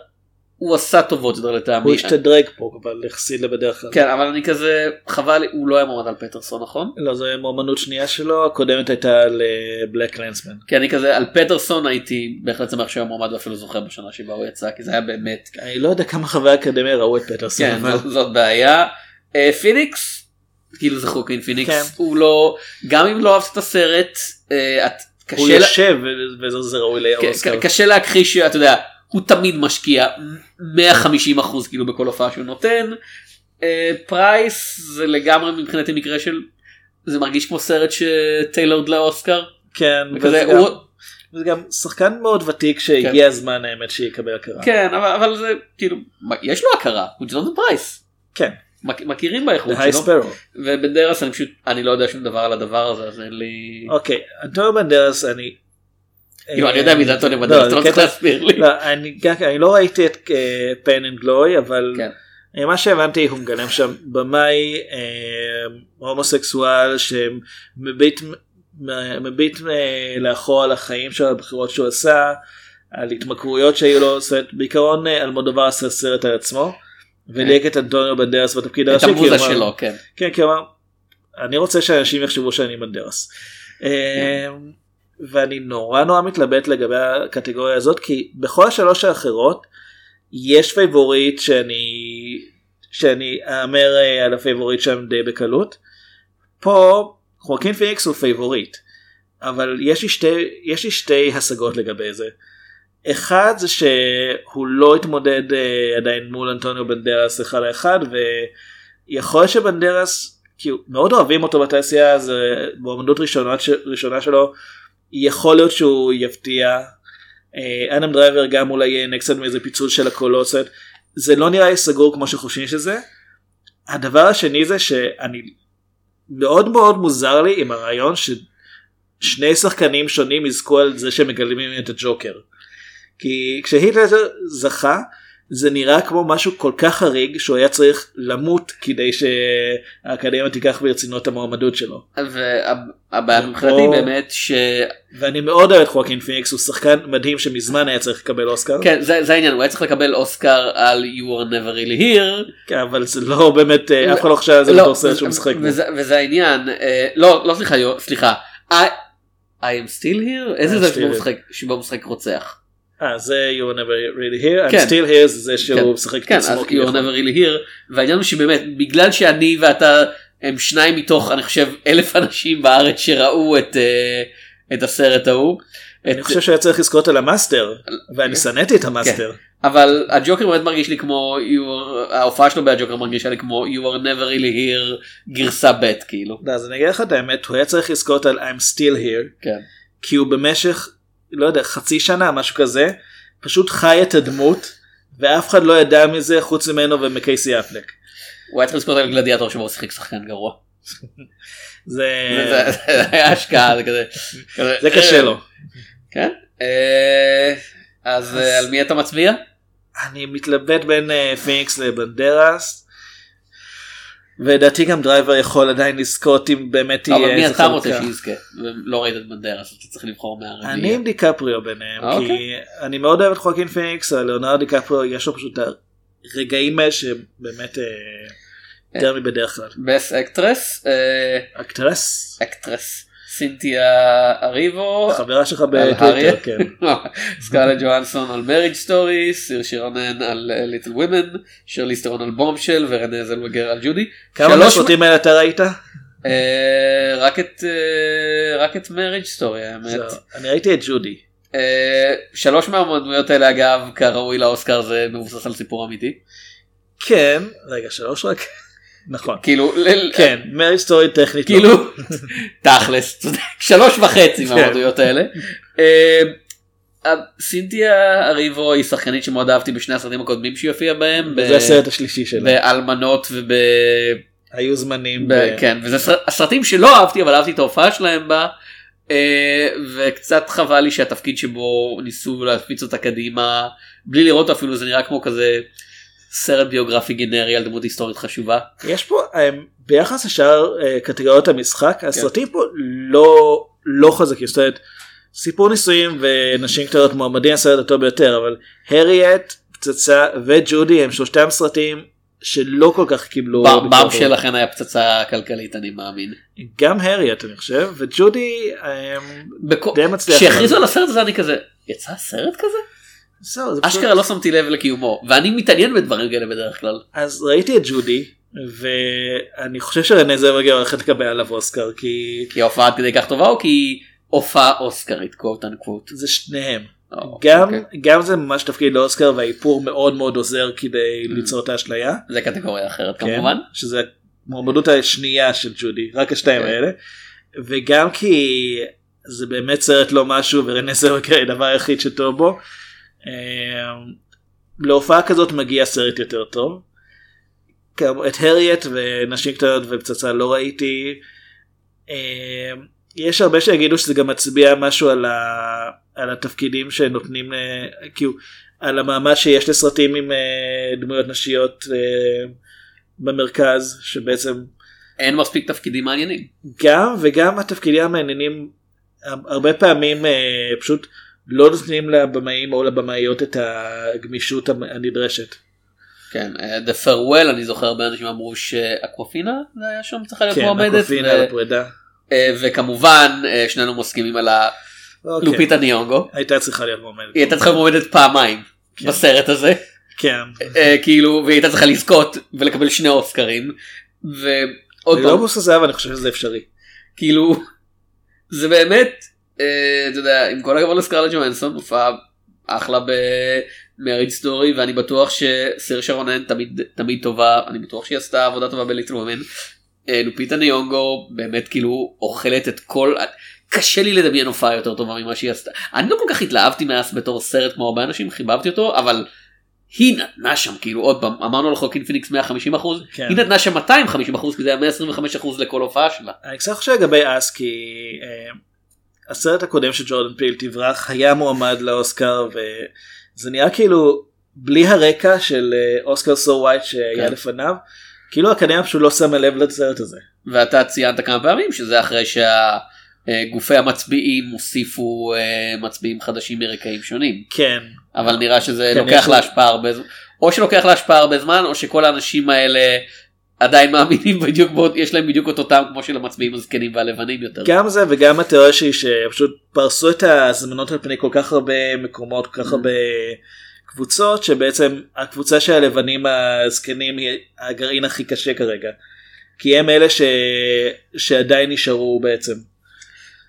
Speaker 1: הוא עשה טובות יותר לטעמי.
Speaker 2: הוא השתדרג פה אבל יחסית לבדרך כלל
Speaker 1: כן אבל אני כזה חבל לי, הוא לא היה מועמד על פטרסון נכון?
Speaker 2: לא זו מועמנות שנייה שלו הקודמת הייתה אה, לבלק לנסמן
Speaker 1: כי אני כזה על פטרסון הייתי בהחלט שמח שהוא היה מועמד ואפילו זוכר בשנה שבה הוא יצא כי זה היה באמת
Speaker 2: אני לא יודע כמה חברי אקדמיה ראו את פטרסון
Speaker 1: כן
Speaker 2: אבל-
Speaker 1: זאת- זאת בעיה. אה, פיניקס כאילו זה חוקין
Speaker 2: כן.
Speaker 1: פיניקס הוא לא גם אם לא אהבת את הסרט אה, את
Speaker 2: הוא
Speaker 1: קשה לה-
Speaker 2: יושב ו- וזה זה ראוי
Speaker 1: כן,
Speaker 2: לאוסקר.
Speaker 1: ק- קשה להכחיש שאתה יודע הוא תמיד משקיע 150 אחוז כאילו בכל הופעה שהוא נותן. אה, פרייס זה לגמרי מבחינתי מקרה של זה מרגיש כמו סרט שטיילורד לאוסקר.
Speaker 2: כן,
Speaker 1: כזה,
Speaker 2: וזה גם-
Speaker 1: הוא-
Speaker 2: וזה גם שחקן מאוד ותיק שהגיע הזמן האמת שיקבל הכרה.
Speaker 1: כן אבל, אבל זה כאילו מה- יש לו הכרה הוא ג'ונתן פרייס.
Speaker 2: כן.
Speaker 1: מכ- מכירים באיכות
Speaker 2: The High
Speaker 1: שלו
Speaker 2: Sparrow.
Speaker 1: ובדרס אני פשוט אני לא יודע שום דבר על הדבר הזה אז אין לי
Speaker 2: אוקיי, אנטוניו בנדרס אני...
Speaker 1: כאילו
Speaker 2: אה,
Speaker 1: אני יודע מי זה אנטוניו
Speaker 2: לא,
Speaker 1: בדרס אתה לא
Speaker 2: זה
Speaker 1: צריך
Speaker 2: קטע-
Speaker 1: להסביר לי.
Speaker 2: לא, אני גם- אני לא ראיתי את פן אנד גלוי אבל
Speaker 1: כן.
Speaker 2: אה, מה שהבנתי הוא מגלם שם במאי אה, הומוסקסואל שמביט מ- מביט אה, לאחור על החיים שלו, על הבחירות שהוא עשה, על התמכרוויות שהיו לו, זאת אומרת בעיקרון אה, אלמודובר עשה סרט על עצמו. וליהק את אנטוניו בנדרס בתפקיד
Speaker 1: כן. את
Speaker 2: הראשי. כי הוא
Speaker 1: המוזה
Speaker 2: אמר-
Speaker 1: שלו כן.
Speaker 2: כן, כי הוא אמר, אני רוצה שאנשים יחשבו שאני בנדרס. אה, ואני נורא נורא מתלבט לגבי הקטגוריה הזאת, כי בכל השלוש האחרות יש פייבוריט שאני, שאני אאמר אה, על הפייבוריט שם די בקלות. פה חורקין פיניקס הוא פייבוריט, אבל יש לי שתי, יש לי שתי השגות לגבי זה. אחד זה שהוא לא התמודד אה, עדיין מול אנטוניו בנדרס אחד לאחד יכול שבנדרס כאילו מאוד אוהבים אותו בתעשייה זה מועמדות ראשונה, ש... ראשונה שלו יכול להיות שהוא יפתיע. אה, אדם דרייבר גם אולי ייהנה קצת מאיזה פיצול של הקולוסת זה לא נראה לי סגור כמו שחושבים שזה. הדבר השני זה שאני מאוד מאוד מוזר לי עם הרעיון ששני שחקנים שונים יזכו על זה שהם מגלמים את הג'וקר. כי כשהיטלר זכה זה נראה כמו משהו כל כך חריג שהוא היה צריך למות כדי שהאקדמיה תיקח ברצינות את המועמדות שלו.
Speaker 1: והבעיה מבחינתי
Speaker 2: ופה-
Speaker 1: באמת ש...
Speaker 2: ואני מאוד אוהב את חואקין פיניקס הוא שחקן מדהים שמזמן היה צריך לקבל אוסקר
Speaker 1: כן זה זה העניין הוא היה צריך לקבל אוסקר על you are never really here
Speaker 2: כן, אבל זה לא באמת אה, אף אחד לא חשב על זה
Speaker 1: לא,
Speaker 2: בתור סרט
Speaker 1: וזה-
Speaker 2: שהוא משחק בו.
Speaker 1: וזה- וזה העניין אה, לא לא סליחה יו- סליחה I- I am still here איזה
Speaker 2: I'm
Speaker 1: זה
Speaker 2: still
Speaker 1: שבו הוא
Speaker 2: here.
Speaker 1: משחק- שבו הוא משחק רוצח.
Speaker 2: אה, זה you were never really here I'm
Speaker 1: כן.
Speaker 2: still here זה זה
Speaker 1: כן.
Speaker 2: שהוא משחק את
Speaker 1: כן, אז
Speaker 2: עצמו
Speaker 1: you are
Speaker 2: כביכול.
Speaker 1: never really here, והעניין הוא שבאמת, בגלל שאני ואתה הם שניים מתוך, אני חושב, אלף אנשים בארץ שראו את, אה, את הסרט ההוא,
Speaker 2: אני
Speaker 1: את-
Speaker 2: חושב שהיה צריך לזכות על המאסטר
Speaker 1: אה,
Speaker 2: ואני שנאתי את
Speaker 1: כן.
Speaker 2: המאסטר.
Speaker 1: אבל הג'וקר באמת מרגיש לי כמו, you are- ההופעה שלו בהג'וקר מרגישה לי כמו you are never really here גרסה ב' כאילו.
Speaker 2: אז אני אגיד לך את האמת הוא היה צריך לזכות על I'm still here
Speaker 1: כן.
Speaker 2: כי הוא במשך לא יודע חצי שנה משהו כזה פשוט חי את הדמות ואף אחד לא ידע מזה חוץ ממנו ומקייסי אפלק.
Speaker 1: הוא היה צריך לזכות על גלדיאטור שבו הוא שיחק שחקן גרוע.
Speaker 2: זה
Speaker 1: זה זה- זה היה השקעה, זה כזה. כזה,
Speaker 2: אה. זה
Speaker 1: אה,
Speaker 2: קשה לו.
Speaker 1: כן? אה, אז אה, על מי אתה מצביע?
Speaker 2: אני מתלבט בין אה, פיניקס לבנדרס. ולדעתי גם דרייבר יכול עדיין לזכות אם באמת
Speaker 1: לא,
Speaker 2: תהיה
Speaker 1: אבל מי
Speaker 2: איזה
Speaker 1: אתה רוצה
Speaker 2: חלוקה.
Speaker 1: שיזכה? לא ראית את בנדרס, אז אתה צריך לבחור
Speaker 2: אני
Speaker 1: מהרביעי.
Speaker 2: עם דיקפריו ביניהם,
Speaker 1: אה,
Speaker 2: כי אני מאוד אוהב את חואקין פיניקס, אבל ליאונרד דיקפריו יש לו פשוט את הרגעים האלה שבאמת אה,
Speaker 1: כן.
Speaker 2: יותר מבדרך כלל.
Speaker 1: בס אקטרס, אה,
Speaker 2: אקטרס,
Speaker 1: אקטרס, סינתיה אריבו,
Speaker 2: חברה שלך
Speaker 1: אה, על האריה?
Speaker 2: בטוויטר, כן.
Speaker 1: סקאלה ג'ואנסון על מריג' סטורי, סיר שירונן על ליטל ווימן, שרלי סטרון על בומשל ורנה זלווגר על ג'ודי.
Speaker 2: כמה
Speaker 1: שלוש-
Speaker 2: מהסרטים האלה אתה ראית?
Speaker 1: אה, רק את אה, רק את מריג' סטורי האמת.
Speaker 2: זהו, אני ראיתי את ג'ודי.
Speaker 1: אה, שלוש מהמועמדויות האלה אגב כראוי לאוסקר זה מבוסס על סיפור אמיתי.
Speaker 2: כן, רגע שלוש רק? נכון.
Speaker 1: כאילו ל-
Speaker 2: כן, מרי סטורי טכנית. לא. כן.
Speaker 1: כאילו תכלס צודק, שלוש וחצי מהמועדויות האלה. אה, סינתיה אריבו היא שחקנית שמאוד אהבתי בשני הסרטים הקודמים שהיא הופיעה בהם. ב-
Speaker 2: זה הסרט השלישי שלה.
Speaker 1: באלמנות וב...
Speaker 2: היו זמנים.
Speaker 1: ב-
Speaker 2: ב-
Speaker 1: כן, וזה סר- הסרטים שלא אהבתי אבל אהבתי את ההופעה שלהם בה. אה, וקצת חבל לי שהתפקיד שבו ניסו להפיץ אותה קדימה בלי לראות אותו אפילו זה נראה כמו כזה סרט ביוגרפי גנרי על דמות היסטורית חשובה.
Speaker 2: יש פה אה, ביחס לשאר אה, קטגוריות
Speaker 1: כן.
Speaker 2: המשחק הסרטים פה לא לא חזקים זאת אומרת סיפור נישואים ונשים קטנות מועמדים הסרט הטוב ביותר אבל הריאט פצצה וג'ודי הם שלושתם סרטים שלא כל כך קיבלו
Speaker 1: בר-
Speaker 2: ביקורת.
Speaker 1: בר שלכן היה פצצה כלכלית אני מאמין.
Speaker 2: גם הריאט אני חושב וג'ודי אה,
Speaker 1: בכל-
Speaker 2: די מצליח.
Speaker 1: כשהכריזו על הסרט הזה אני כזה יצא סרט כזה
Speaker 2: זהו, זה פשוט-
Speaker 1: אשכרה לא שמתי לב לקיומו ואני מתעניין בדברים כאלה בדרך כלל
Speaker 2: אז ראיתי את ג'ודי ואני חושב שרנה זלברגר הולכת לקבל עליו אוסקר כי
Speaker 1: כי ההופעה עד כדי כך טובה או כי היא הופעה אוסקרית קוט אנקוט.
Speaker 2: זה שניהם. גם,
Speaker 1: אוקיי.
Speaker 2: גם זה ממש תפקיד לאוסקר והאיפור מאוד מאוד עוזר כדי ליצור את האשליה.
Speaker 1: זה קטגוריה אחרת
Speaker 2: כן,
Speaker 1: כמובן.
Speaker 2: שזה המועמדות השנייה של ג'ודי, רק השתיים
Speaker 1: כן.
Speaker 2: האלה. וגם כי זה באמת סרט לא משהו ורנה זלווקר היא הדבר היחיד שטוב בו. אמ, להופעה כזאת מגיע סרט יותר טוב. כאמור, את הריאט ונשים קטנות ופצצה לא ראיתי. אמ, יש הרבה שיגידו שזה גם מצביע משהו על, ה... על התפקידים שנותנים, אה, כאילו, על המעמד שיש לסרטים עם אה, דמויות נשיות אה, במרכז, שבעצם
Speaker 1: אין מספיק תפקידים מעניינים.
Speaker 2: גם וגם התפקידים המעניינים הרבה פעמים אה, פשוט לא נותנים לבמאים או לבמאיות את הגמישות המ- הנדרשת.
Speaker 1: כן, אה, The Farewell אני זוכר הרבה אנשים אמרו שאקוופינה זה היה שם צריכה להיות
Speaker 2: כן,
Speaker 1: מועמדת.
Speaker 2: הקופינה
Speaker 1: ו-
Speaker 2: לפרידה.
Speaker 1: אה, וכמובן אה, שנינו מסכימים על
Speaker 2: אוקיי.
Speaker 1: הלופיטה ניונגו.
Speaker 2: הייתה צריכה להיות מועמדת.
Speaker 1: היא הייתה צריכה להיות מועמדת פעמיים
Speaker 2: כן.
Speaker 1: בסרט הזה.
Speaker 2: כן.
Speaker 1: אה, כאילו והיא הייתה צריכה לזכות ולקבל שני אוסקרים ועוד
Speaker 2: אני לא
Speaker 1: פעם
Speaker 2: מבוסס זהב, אני חושב שזה אפשרי.
Speaker 1: כאילו זה באמת אה, אתה יודע עם כל הכבוד לסקרלה ג'ואנסון הופעה אחלה במריד סטורי ואני בטוח שסיר שרונן תמיד תמיד טובה אני בטוח שהיא עשתה עבודה טובה בליטל וומן. לופיטה ניונגו באמת כאילו אוכלת את כל קשה לי לדמיין הופעה יותר טובה ממה שהיא עשתה אני לא כל כך התלהבתי מאז בתור סרט כמו הרבה אנשים חיבבתי אותו אבל. היא נתנה שם כאילו עוד פעם אמרנו על חוקין פיניקס 150 אחוז
Speaker 2: כן.
Speaker 1: היא נתנה שם 250 אחוז כי זה היה 125 אחוז לכל הופעה שלה.
Speaker 2: אני קצת חושב לגבי אס כי אה, הסרט הקודם של ג'ורדן פיל תברח היה מועמד לאוסקר וזה נראה כאילו בלי הרקע של אה, אוסקר סו ווייט שהיה
Speaker 1: כן.
Speaker 2: לפניו כאילו האקדמיה פשוט לא שמה לב לסרט הזה.
Speaker 1: ואתה ציינת כמה פעמים שזה אחרי שהגופי המצביעים הוסיפו אה, מצביעים חדשים מרקעים שונים
Speaker 2: כן
Speaker 1: אבל נראה שזה
Speaker 2: כן,
Speaker 1: לוקח
Speaker 2: יש-
Speaker 1: להשפעה הרבה זמן או שלוקח להשפעה הרבה זמן או שכל האנשים האלה עדיין מאמינים בדיוק בו יש להם בדיוק אותו טעם כמו של המצביעים הזקנים והלבנים יותר.
Speaker 2: גם זה וגם התיאוריה שלי שפשוט פרסו את ההזמנות על פני כל כך הרבה מקומות כל כך הרבה קבוצות שבעצם הקבוצה של הלבנים הזקנים היא הגרעין הכי קשה כרגע. כי הם אלה ש... שעדיין נשארו בעצם.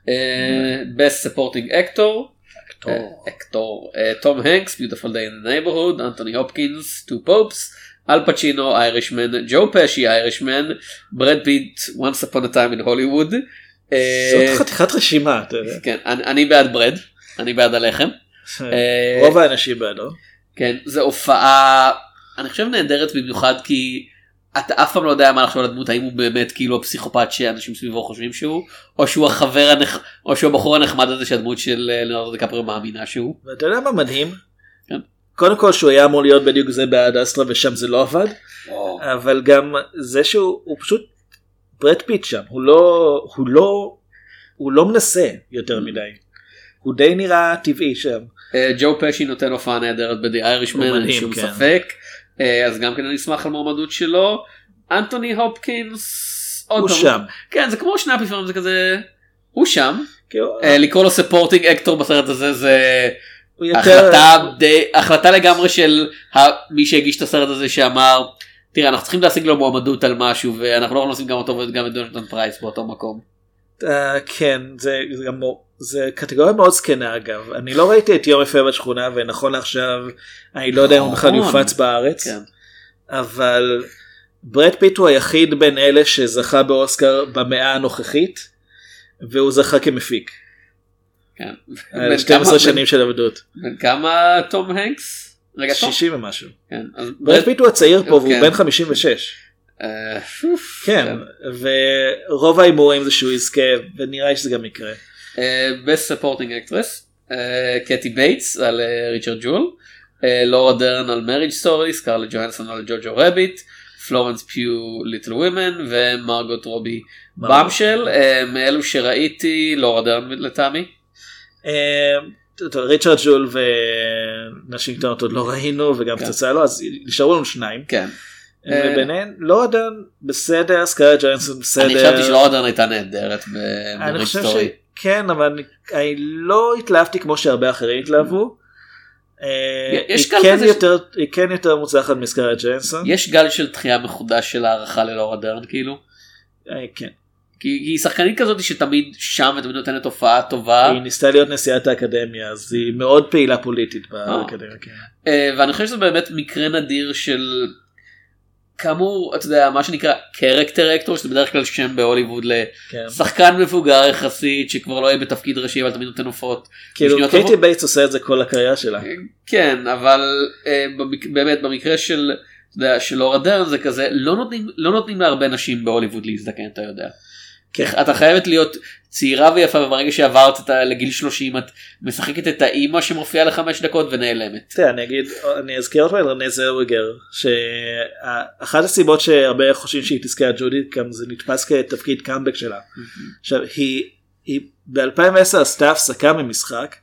Speaker 1: אה, best supporting actor אה, אקטור תום הנקס ביוטיפול דיי אין נייברהוד אנטוני הופקינס טו פופס אל פצ'ינו איירישמן ג'ו פשי איירישמן ברד פיט once upon a time in הוליווד. אה,
Speaker 2: זאת חתיכת רשימה אתה יודע.
Speaker 1: כן אני אני בעד ברד אני בעד הלחם. אה,
Speaker 2: רוב האנשים בעדו.
Speaker 1: כן זו הופעה אני חושב נהדרת במיוחד כי אתה אף פעם לא יודע מה לחשוב על הדמות האם הוא באמת כאילו הפסיכופת שאנשים סביבו חושבים שהוא או שהוא החבר הנח... או שהוא הבחור הנחמד הזה שהדמות של אה, ליאונרדו דקפריו מאמינה שהוא.
Speaker 2: ואתה יודע מה מדהים?
Speaker 1: כן.
Speaker 2: קודם כל שהוא היה אמור להיות בדיוק זה בעד אסטרה ושם זה לא עבד אבל גם זה שהוא הוא פשוט ברד פיט שם הוא לא הוא לא הוא לא מנסה יותר
Speaker 1: Mm.
Speaker 2: מדי. הוא די נראה טבעי שם.
Speaker 1: אה, ג'ו פשי נותן הופעה נהדרת ב-The Irishman,
Speaker 2: הוא
Speaker 1: אין
Speaker 2: מדהים,
Speaker 1: שום
Speaker 2: כן.
Speaker 1: ספק. אה, אז גם כן אני אשמח על מועמדות שלו. אנטוני הופקינס, עוד
Speaker 2: הוא
Speaker 1: פעם,
Speaker 2: שם.
Speaker 1: כן, זה כמו שני הפלפונים, זה כזה, הוא שם.
Speaker 2: כאילו,
Speaker 1: אה, לקרוא לו ספורטינג אקטור בסרט הזה זה
Speaker 2: הוא יותר-
Speaker 1: החלטה די- החלטה לגמרי של ה- מי שהגיש את הסרט הזה שאמר, תראה, אנחנו צריכים להשיג לו מועמדות על משהו ואנחנו לא יכולים לשים גם אותו וגם את דונלדון פרייס באותו מקום.
Speaker 2: אה, כן זה זה גם זה קטגוריה מאוד זקנה אגב אני לא ראיתי את יום יפה בשכונה ונכון לעכשיו אני לא יודע אם הוא בכלל
Speaker 1: נכון.
Speaker 2: יופץ בארץ
Speaker 1: כן.
Speaker 2: אבל ברד פיט הוא היחיד בין אלה שזכה באוסקר במאה הנוכחית והוא זכה כמפיק
Speaker 1: כן.
Speaker 2: על אה, 12 שנים של עבדות
Speaker 1: בן כמה תום הנקס? רגע, תום?
Speaker 2: 60 ומשהו.
Speaker 1: כן, אז
Speaker 2: ברד פיט הוא הצעיר פה והוא
Speaker 1: כן.
Speaker 2: בן 56
Speaker 1: אה, פוף.
Speaker 2: כן ורוב ההימורים זה שהוא יזכה ונראה לי שזה גם יקרה.
Speaker 1: אה, best supporting actress, אה, קטי בייטס על אה, ריצ'רד ג'ול, אה, לורה דרן על מריג' סטורי, סקרלה ג'והנסון על ג'וג'ו רביט, פלורנס פיו ליטל ווימן ומרגוט רובי
Speaker 2: מרגוט.
Speaker 1: במשל, מאלו שראיתי לורה דרן לטעמי.
Speaker 2: אה, טוב, ריצ'רד ג'ול ונשים קטנות עוד לא ראינו וגם
Speaker 1: כן.
Speaker 2: פצצה לא אז נשארו לנו שניים
Speaker 1: כן. אה.
Speaker 2: וביניהן לא עדיין בסדר סקארט ג'ונסון בסדר.
Speaker 1: אני חשבתי שלורה דרן הייתה נהדרת
Speaker 2: אני
Speaker 1: במריג'
Speaker 2: חושב
Speaker 1: סטורי.
Speaker 2: שכן כן, אבל אני, אני לא התלהבתי כמו שהרבה אחרים התלהבו. אה,
Speaker 1: Mm-hmm. יש
Speaker 2: היא
Speaker 1: קהל
Speaker 2: כן
Speaker 1: כזה ש-
Speaker 2: יותר היא כן יותר מוצלחת מסקארט ג'נסון.
Speaker 1: יש גל של דחייה מחודש של הערכה ללורה דרן כאילו.
Speaker 2: אה, כן.
Speaker 1: כי היא שחקנית כזאת שתמיד שם ותמיד נותנת הופעה טובה
Speaker 2: היא ניסתה להיות נשיאת האקדמיה אז היא מאוד פעילה פוליטית
Speaker 1: אה.
Speaker 2: באקדמיה. כן.
Speaker 1: אה, ואני חושב שזה באמת מקרה נדיר של כאמור אתה יודע מה שנקרא קרקטר אקטור שזה בדרך כלל שם בהוליווד
Speaker 2: כן.
Speaker 1: לשחקן מבוגר יחסית שכבר לא יהיה בתפקיד ראשי אבל תמיד נותן הופעות
Speaker 2: כאילו
Speaker 1: בשניות
Speaker 2: קייטי
Speaker 1: טובות.
Speaker 2: בייטס עושה את זה כל הקריירה שלה.
Speaker 1: כן אבל אה, במק... באמת במקרה של. אתה יודע, של אורה דרן זה כזה לא נותנים לא נותנים להרבה נשים בהוליווד להזדקן אתה יודע.
Speaker 2: כן.
Speaker 1: אתה חייבת להיות צעירה ויפה וברגע שעברת את ה- לגיל 30 את משחקת את האימא שמופיעה לחמש דקות ונעלמת.
Speaker 2: תראה, אני אגיד, אני אזכיר עוד פעם את רנה זלוויגר, שאחת הסיבות שהרבה חושבים שהיא תזכה על ג'ודי, גם זה נתפס כתפקיד קאמבק שלה. עכשיו, היא, היא ב-2010 עשתה הפסקה ממשחק,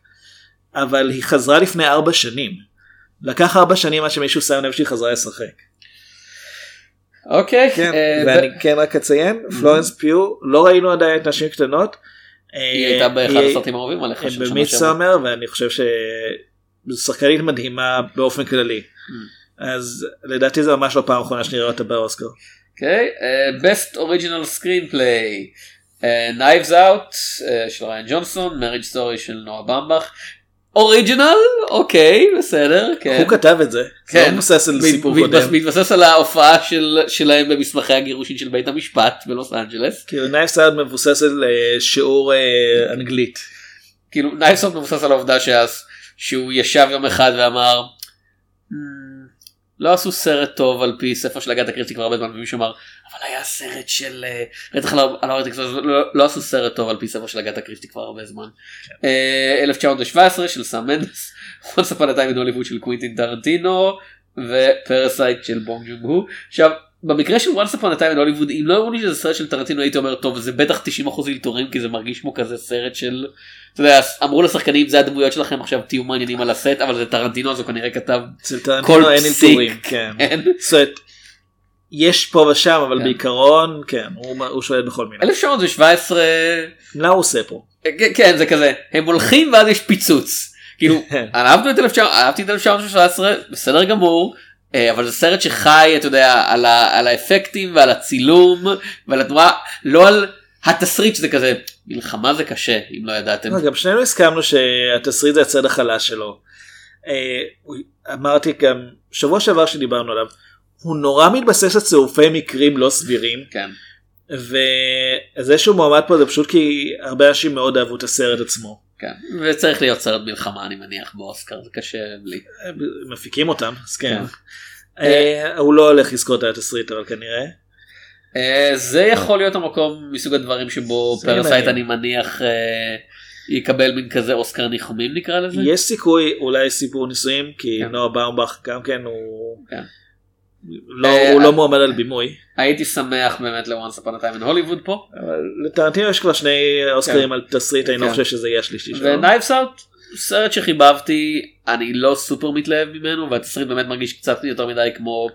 Speaker 2: אבל היא חזרה לפני ארבע שנים. לקח ארבע שנים עד שמישהו שם לב שהיא חזרה לשחק.
Speaker 1: אוקיי. אה, Mhm. ב-
Speaker 2: ואני כן רק אציין, פלורנס פיו, לא ראינו עדיין את נשים קטנות. אה,
Speaker 1: היא הייתה באחד הסרטים האהובים עליך של שנה
Speaker 2: במיד
Speaker 1: שעברה.
Speaker 2: סאמר ואני חושב שזו שחקנית מדהימה באופן כללי.
Speaker 1: Mhm.
Speaker 2: אז לדעתי זה ממש לא פעם אחרונה שנראה אותה באוסקר.
Speaker 1: אוקיי, אה, best original screenplay, אה, Knives Out אה, של ריין ג'ונסון, Marriage Story של נועה במבך, אוריג'ינל אוקיי בסדר כן.
Speaker 2: הוא כתב את זה, זה לא מבוסס על
Speaker 1: מת-
Speaker 2: סיפור
Speaker 1: מתבס-
Speaker 2: קודם.
Speaker 1: מתבסס על ההופעה של, שלהם במסמכי הגירושין של בית המשפט בלוס אנג'לס.
Speaker 2: כאילו נייף סאונד מבוסס על אה, שיעור אה, אנגלית.
Speaker 1: כאילו נייסון מבוסס על העובדה שאז, שהוא ישב יום אחד ואמר "מ, לא עשו סרט טוב על פי ספר של הגת הקריסטי כבר הרבה זמן ומישהו אמר אבל היה סרט של אה, רצח על על הארץ הקסוס", לא- לא עשו סרט טוב על פי ספר של הגת הקריסטי כבר הרבה זמן. אה, 1917 של סם מנדס, once upon a time in Hollywood של קווינטין טרנטינו ופרסייט של בונג ג'ונג הו. עכשיו במקרה של once upon a time in Hollywood אם לא אמרו לי שזה סרט של טרנטינו הייתי אומר טוב זה בטח 90% אלתורים כי זה מרגיש כמו כזה סרט של אתה יודע, אמרו לשחקנים זה הדמויות שלכם עכשיו תהיו מעניינים על הסט אבל זה טרנטינו אז הוא כנראה כתב
Speaker 2: אצל טרנטינו אין
Speaker 1: פסיק.
Speaker 2: אלתורים. כן.
Speaker 1: אין.
Speaker 2: זאת אומרת, יש פה ושם אבל
Speaker 1: כן.
Speaker 2: בעיקרון כן הוא הוא שולט בכל מילה.
Speaker 1: 1917
Speaker 2: מה הוא עושה פה?
Speaker 1: כן, כן זה כזה הם הולכים ואז יש פיצוץ כאילו
Speaker 2: כן.
Speaker 1: אהבנו את 1900 אהבתי את 1917 בסדר גמור אה, אבל זה סרט שחי אתה יודע על, ה, על האפקטים ועל הצילום ועל התנועה לא על התסריט שזה כזה מלחמה זה קשה אם לא ידעתם.
Speaker 2: לא, גם שנינו הסכמנו שהתסריט זה הצד החלש שלו. אה, הוא- אמרתי גם שבוע שעבר שדיברנו עליו הוא נורא מתבסס על צירופי מקרים לא סבירים
Speaker 1: כן.
Speaker 2: וזה שהוא מועמד פה זה פשוט כי הרבה אנשים מאוד אהבו את הסרט עצמו.
Speaker 1: כן, וצריך להיות סרט מלחמה אני מניח באוסקר זה קשה בלי.
Speaker 2: אה, מפיקים אותם אז כן.
Speaker 1: אה,
Speaker 2: אה, הוא לא הולך לזכות על התסריט אבל כנראה.
Speaker 1: אה, זה יכול להיות המקום מסוג הדברים שבו
Speaker 2: זה
Speaker 1: פרסייט
Speaker 2: מעניין.
Speaker 1: אני מניח אה, יקבל מין כזה אוסקר ניחומים נקרא לזה.
Speaker 2: יש סיכוי אולי סיפור נישואים כי
Speaker 1: כן.
Speaker 2: נועה באומבך גם כן הוא
Speaker 1: כן.
Speaker 2: לא-
Speaker 1: אה,
Speaker 2: הוא לא
Speaker 1: אה.
Speaker 2: מועמד על בימוי.
Speaker 1: הייתי שמח באמת ל-once upon a time in Hollywood פה.
Speaker 2: אבל לטרנטינו יש כבר שני אוסקרים על תסריט אני לא
Speaker 1: כן.
Speaker 2: חושב שזה יהיה השלישי שלו.
Speaker 1: ונייבס אאוט סרט שחיבבתי אני לא סופר מתלהב ממנו והתסריט באמת מרגיש קצת יותר מדי כמו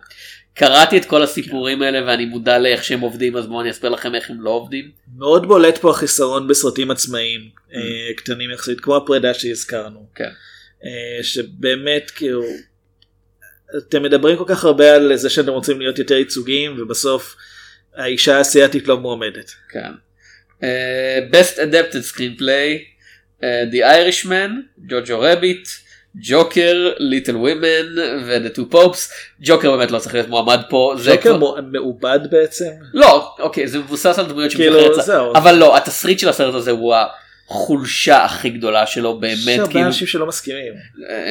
Speaker 1: קראתי את כל הסיפורים האלה ואני מודע לאיך שהם עובדים אז בואו אני אספר לכם איך הם לא עובדים.
Speaker 2: מאוד בולט פה החיסרון בסרטים עצמאיים אה, קטנים יחסית כמו הפרידה שהזכרנו.
Speaker 1: Mm. כן.
Speaker 2: אה, שבאמת כאילו אתם מדברים כל כך הרבה על זה שאתם רוצים להיות יותר ייצוגיים ובסוף האישה האסייתית לא מועמדת.
Speaker 1: כן. אה, best adapted screenplay, אה, The Irishman, ג'וג'ו רביט, ג'וקר, ליטל ווימן ו-The Two Popes. ג'וקר באמת לא צריך להיות מועמד פה. זה כן.
Speaker 2: ג'וקר
Speaker 1: כבר-
Speaker 2: לא מוע- מעובד בעצם.
Speaker 1: לא, אוקיי, זה מבוסס על דמויות
Speaker 2: כאילו,
Speaker 1: שמתחרצה.
Speaker 2: זהו.
Speaker 1: אבל לא, התסריט של הסרט הזה הוא החולשה הכי גדולה שלו
Speaker 2: יש
Speaker 1: באמת,
Speaker 2: הרבה
Speaker 1: כאילו,
Speaker 2: אנשים שלא מסכימים.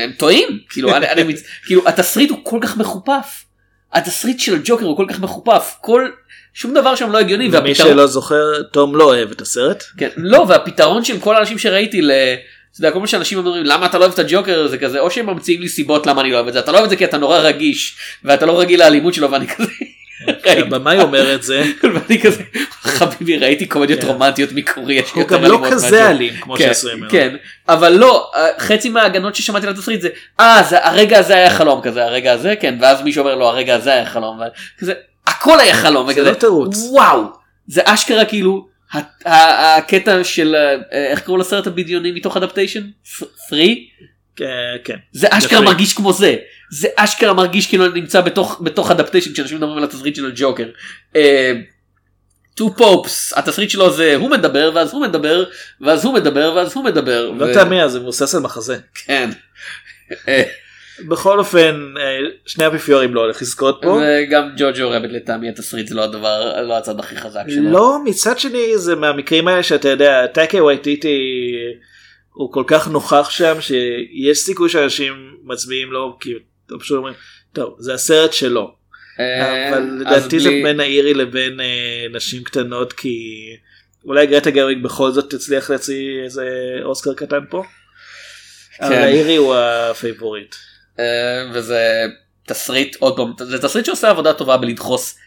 Speaker 1: הם טועים. כאילו, אני- אני מצ- כאילו, התסריט הוא כל כך מחופף. התסריט של ג'וקר הוא כל כך מחופף. כל... שום דבר שם לא הגיוני.
Speaker 2: מי
Speaker 1: והפתרון-
Speaker 2: שלא זוכר תום לא אוהב את הסרט.
Speaker 1: כן, לא, והפתרון של כל האנשים שראיתי ל... אתה יודע, כל מה שאנשים אומרים למה אתה לא אוהב את הג'וקר זה כזה או שהם ממציאים לי סיבות למה אני לא אוהב את זה אתה לא אוהב את זה כי אתה נורא רגיש ואתה לא רגיל לאלימות שלו ואני כזה כן.
Speaker 2: הבמאי אומר את זה.
Speaker 1: ואני כזה חביבי ראיתי קומדיות
Speaker 2: כן.
Speaker 1: רומנטיות מקוריאה
Speaker 2: הוא
Speaker 1: שיותר
Speaker 2: גם לא
Speaker 1: אלימות
Speaker 2: כזה
Speaker 1: מהג'וקר."
Speaker 2: אלים כמו אה.
Speaker 1: כן,
Speaker 2: שעשו ממנו.
Speaker 1: כן אבל לא אה, חצי מההגנות ששמעתי לתסריט זה אה זה הרגע הזה היה חלום כזה הרגע הזה כן ואז מישהו אומר לו הרגע הזה היה חלום וכזה הכל היה חלום
Speaker 2: זה
Speaker 1: וכזה,
Speaker 2: לא תירוץ.
Speaker 1: וואו זה אשכרה כאילו ה- ה- הקטע של אה, איך קראו לסרט הבדיוני מתוך אדפטיישן? פרי?
Speaker 2: כן, כן.
Speaker 1: זה אשכרה
Speaker 2: Free.
Speaker 1: מרגיש כמו זה זה אשכרה מרגיש כאילו אני נמצא בתוך בתוך אדפטיישן כשאנשים מדברים על התסריט של הג'וקר. טו פופס התסריט שלו זה הוא מדבר ואז הוא מדבר ואז הוא מדבר ואז הוא מדבר.
Speaker 2: לא
Speaker 1: ו-
Speaker 2: תאמר זה מבוסס על מחזה.
Speaker 1: כן.
Speaker 2: בכל אופן אה, שני אפיפיורים לא הולך לזכות פה.
Speaker 1: אה, וגם ג'וג'ו רביט לטעמי התסריט זה לא הדבר לא הצד הכי חזק שלו.
Speaker 2: לא מצד שני זה מהמקרים האלה שאתה יודע טקי וייטיטי אה, הוא כל כך נוכח שם שיש סיכוי שאנשים מצביעים לו כי הם פשוט אומרים טוב זה הסרט שלו
Speaker 1: אה,
Speaker 2: אבל
Speaker 1: אז
Speaker 2: לדעתי זה
Speaker 1: בלי-
Speaker 2: בין האירי לבין אה, נשים קטנות כי אולי גרטה גרוויג בכל זאת תצליח להוציא איזה אוסקר קטן פה.
Speaker 1: כן.
Speaker 2: אבל האירי הוא הפייבוריט.
Speaker 1: אה, וזה תסריט עוד פעם זה תסריט שעושה עבודה טובה בלדחוס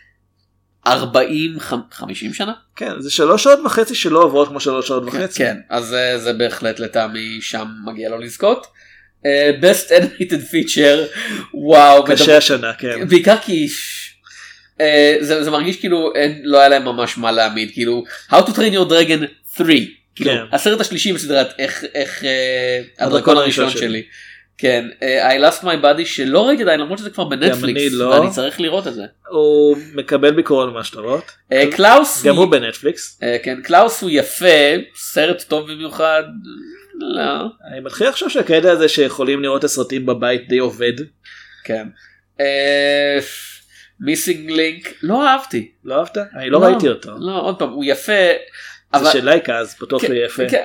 Speaker 1: 40 חמ- 50 שנה
Speaker 2: כן זה שלוש שעות וחצי שלא עוברות כמו שלוש שעות וחצי.
Speaker 1: כן אז אה, זה בהחלט לטעמי שם מגיע לו לזכות. אה, best animated feature וואו
Speaker 2: קשה השנה כן.
Speaker 1: מדבר- בעיקר כי אה, זה זה מרגיש כאילו אין- לא היה להם ממש מה להעמיד כאילו how to train your dragon 3 כאילו
Speaker 2: כן.
Speaker 1: הסרט השלישי בסדרת איך איך אה, הדרקון
Speaker 2: הדרקון
Speaker 1: הראשון
Speaker 2: הראשון
Speaker 1: שלי. כן, אה, I lost my body שלא ראיתי עדיין למרות שזה כבר
Speaker 2: אני
Speaker 1: בנטפליקס
Speaker 2: לא.
Speaker 1: ואני צריך לראות את זה.
Speaker 2: הוא מקבל ביקורות ממש טובות.
Speaker 1: אה, קלאוס
Speaker 2: גם הוא בנטפליקס.
Speaker 1: אה, כן, קלאוס הוא יפה, סרט טוב במיוחד, לא.
Speaker 2: אני מתחיל לחשוב שהקטע הזה שיכולים לראות את הסרטים בבית די עובד.
Speaker 1: כן. מיסינג לינק לא אהבתי.
Speaker 2: לא אהבת? אני לא ראיתי אותו.
Speaker 1: לא עוד פעם הוא יפה.
Speaker 2: זה של לייקה אז בטוח
Speaker 1: כן,
Speaker 2: הוא יפה.
Speaker 1: כן,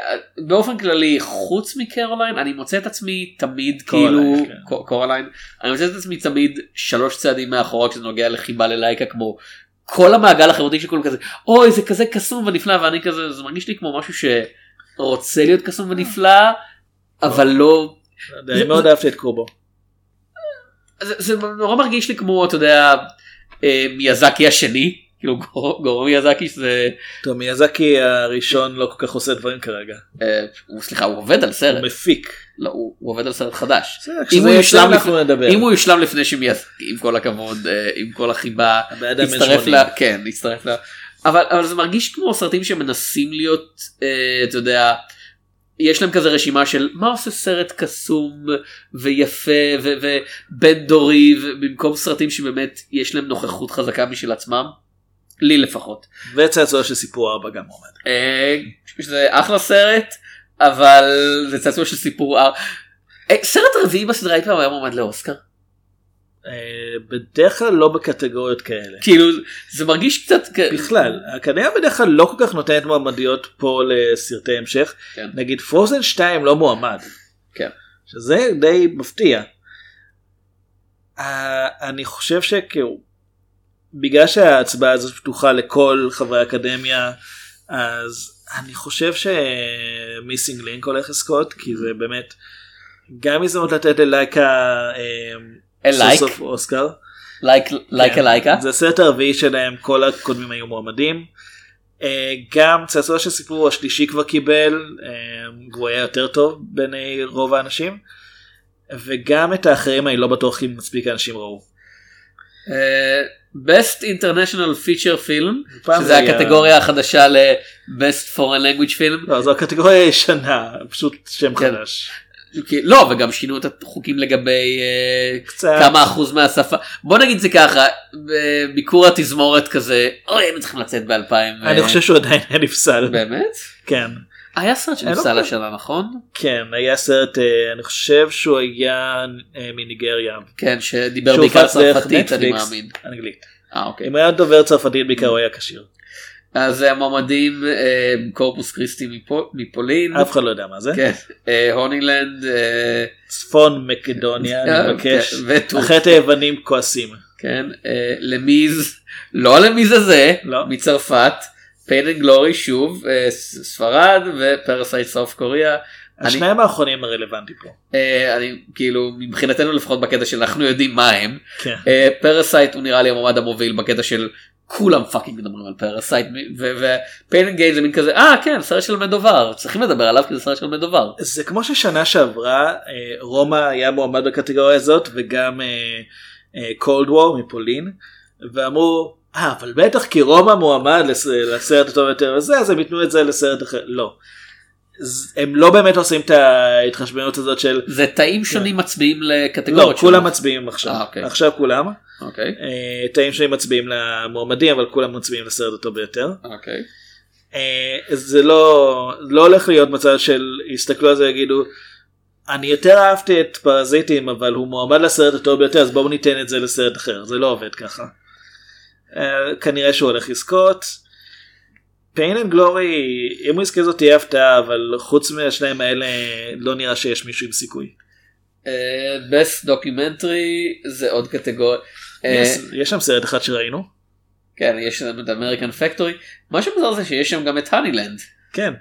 Speaker 1: באופן כללי חוץ מקרוליין אני מוצא את עצמי תמיד
Speaker 2: קרוליין,
Speaker 1: כאילו
Speaker 2: כן.
Speaker 1: ק- קרוליין אני מוצא את עצמי תמיד שלוש צעדים מאחורה כשזה נוגע לחיבה ללייקה כמו כל המעגל החברתי שכולם כזה אוי זה כזה קסום ונפלא ואני כזה זה מרגיש לי כמו משהו שרוצה להיות קסום ונפלא אבל לא
Speaker 2: לא יודע, אני מאוד אהבתי את קובו.
Speaker 1: זה, זה נורא מרגיש לי כמו אתה יודע אה, מיאזקי השני כאילו גור- גורם מיאזקי שזה
Speaker 2: טוב מיאזקי הראשון לא כל כך עושה דברים כרגע.
Speaker 1: אה, הוא סליחה הוא עובד על
Speaker 2: הוא
Speaker 1: סרט
Speaker 2: מפיק.
Speaker 1: לא, הוא, הוא עובד על סרט חדש.
Speaker 2: בסדר,
Speaker 1: אם
Speaker 2: כשזה
Speaker 1: הוא
Speaker 2: יוצא
Speaker 1: יושלם
Speaker 2: אנחנו נדבר.
Speaker 1: אם הוא יושלם לפני שמיאזקי עם כל הכבוד אה, עם כל החיבה
Speaker 2: הבן אדם בן
Speaker 1: הצטרף
Speaker 2: 80.
Speaker 1: ל... כן הצטרף ל... אבל, אבל זה מרגיש כמו סרטים שמנסים להיות אה, אתה יודע יש להם כזה רשימה של מה עושה סרט קסום ויפה ו- ובין דורי במקום סרטים שבאמת יש להם נוכחות חזקה משל עצמם. לי לפחות.
Speaker 2: וצעצוע של סיפור ארבע גם עומד.
Speaker 1: אה, שזה אחלה סרט אבל זה צעצוע של סיפור אר... אה, סרט רביעי בסדרה אי פעם היה מועמד לאוסקר.
Speaker 2: אה, בדרך כלל לא בקטגוריות כאלה.
Speaker 1: כאילו זה מרגיש קצת כ-
Speaker 2: בכלל, האקדמיה בדרך כלל לא כל כך נותנת מועמדויות פה לסרטי המשך.
Speaker 1: כן.
Speaker 2: נגיד פרוזן 2 לא מועמד.
Speaker 1: כן.
Speaker 2: שזה די מפתיע. אה, אני חושב שכאילו, בגלל שההצבעה הזאת פתוחה לכל חברי האקדמיה, אז אני חושב שמיסינג לינק הולך לזכות, כי זה באמת גם הזדמנות לתת ללייקה אה,
Speaker 1: אה,
Speaker 2: סוף
Speaker 1: לייק
Speaker 2: סוף אוסקר.
Speaker 1: לייק אה? לייקה
Speaker 2: כן.
Speaker 1: לייקה.
Speaker 2: זה הסרט הרביעי שלהם כל הקודמים היו מועמדים. אה, גם צעצוע של סיפור השלישי כבר קיבל אה, הוא היה יותר טוב בעיני רוב האנשים. וגם את האחרים אני לא בטוח אם מספיק אנשים ראו.
Speaker 1: אה, Best International Feature Film,
Speaker 2: פעם
Speaker 1: שזה
Speaker 2: זה היה-
Speaker 1: הקטגוריה החדשה ל-Best Foreign Language Film.
Speaker 2: לא זו הקטגוריה הישנה פשוט שם
Speaker 1: כן.
Speaker 2: חדש.
Speaker 1: כי- לא, וגם שינו את החוקים לגבי אה,
Speaker 2: קצת
Speaker 1: כמה אחוז מהשפה. בוא נגיד זה ככה, ביקור התזמורת כזה, אוי, היינו צריכים לצאת ב-2000.
Speaker 2: אני חושב שהוא עדיין היה נפסל.
Speaker 1: באמת?
Speaker 2: כן.
Speaker 1: היה סרט
Speaker 2: אני לא
Speaker 1: שנפסל
Speaker 2: חושב.
Speaker 1: השנה, נכון?
Speaker 2: כן היה סרט אה, אני חושב שהוא היה אה, מניגריה
Speaker 1: כן, שדיבר
Speaker 2: שהוא
Speaker 1: בעיקר
Speaker 2: הופץ דרך
Speaker 1: צרפתית, אני
Speaker 2: נטפליקס.
Speaker 1: מאמין.
Speaker 2: אנגלית.
Speaker 1: אה, אוקיי.
Speaker 2: אם היה דובר צרפתית בעיקר הוא היה כשיר.
Speaker 1: אז המועמדים, אה, קורפוס קריסטי מפו- מפולין.
Speaker 2: אף אחד לא יודע מה זה.
Speaker 1: כן, אה, הונילנד. אה,
Speaker 2: צפון מקדוניה אני
Speaker 1: אה,
Speaker 2: מבקש.
Speaker 1: כן, וטורקיה.
Speaker 2: אחרת היוונים כועסים.
Speaker 1: כן, אה, למיז, לא למיז הזה,
Speaker 2: לא.
Speaker 1: מצרפת, פיין אנד גלורי שוב, אה, ס- ספרד ופרסייט סוף קוריאה. אני,
Speaker 2: השניים האחרונים הרלוונטיים פה.
Speaker 1: אה, אני כאילו מבחינתנו לפחות בקטע של אנחנו יודעים מה הם.
Speaker 2: כן.
Speaker 1: אה, פרסייט הוא נראה לי המועמד המוביל בקטע של כולם פאקינג מדברים על פרסייט ופיין אנד גיי זה מין כזה אה כן סרט של מדובר צריכים לדבר עליו כי זה סרט של מדובר.
Speaker 2: זה כמו ששנה שעברה אה, רומא היה מועמד בקטגוריה הזאת וגם אה, קולד וור מפולין ואמרו אה אבל בטח כי רומא מועמד לס- לסרט הטוב יותר וזה אז הם ייתנו את זה לסרט אחר לא. ז- הם לא באמת עושים את ההתחשבנות הזאת של
Speaker 1: זה תאים שונים מצביעים
Speaker 2: לא
Speaker 1: לקטגוריות
Speaker 2: כולם
Speaker 1: שונות.
Speaker 2: מצביעים עכשיו
Speaker 1: אה, אוקיי.
Speaker 2: עכשיו כולם
Speaker 1: אוקיי
Speaker 2: אה, תאים שלי מצביעים למועמדים אבל כולם מצביעים לסרט הטוב ביותר.
Speaker 1: אוקיי.
Speaker 2: אה, זה לא לא הולך להיות מצב של יסתכלו על זה ויגידו אני יותר אהבתי את פרזיטים אבל הוא מועמד לסרט הטוב ביותר אז בואו ניתן את זה לסרט אחר זה לא עובד ככה. אה, כנראה שהוא הולך לזכות. pain and glory אם הוא יזכה זאת תהיה הפתעה אבל חוץ מהשניים האלה לא נראה שיש מישהו עם סיכוי.
Speaker 1: אה, best documentary זה עוד קטגוריה. אה,
Speaker 2: יש- יש שם סרט אחד שראינו
Speaker 1: כן יש לנו את אמריקן פקטורי מה שמוזר זה שיש שם גם את הנילנד.
Speaker 2: כן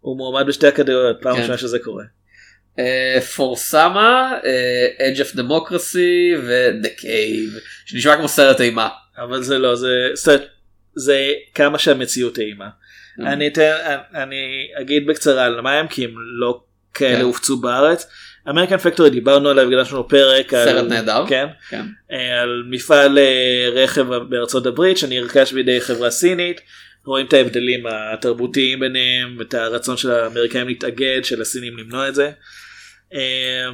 Speaker 2: הוא מועמד בשתי הקטגוריות פעם
Speaker 1: כן.
Speaker 2: ראשונה שזה קורה.
Speaker 1: אה, פורסמה, אדג' אוף דמוקרסי ודה קייב שנשמע כמו סרט אימה.
Speaker 2: אבל זה לא זה סרט זה כמה שהמציאות אימה.
Speaker 1: Mm.
Speaker 2: אני אתן אני אגיד בקצרה על מה הם כי הם לא כאלה
Speaker 1: כן.
Speaker 2: הופצו בארץ. אמריקן פקטורי דיברנו עליו בגלל שלנו פרק על-
Speaker 1: סרט נהדר.
Speaker 2: כן
Speaker 1: כן.
Speaker 2: אה, על מפעל אה, רכב בארצות הברית שנרכש בידי חברה סינית. רואים את ההבדלים התרבותיים ביניהם ואת הרצון של האמריקאים להתאגד של הסינים למנוע את זה. אה,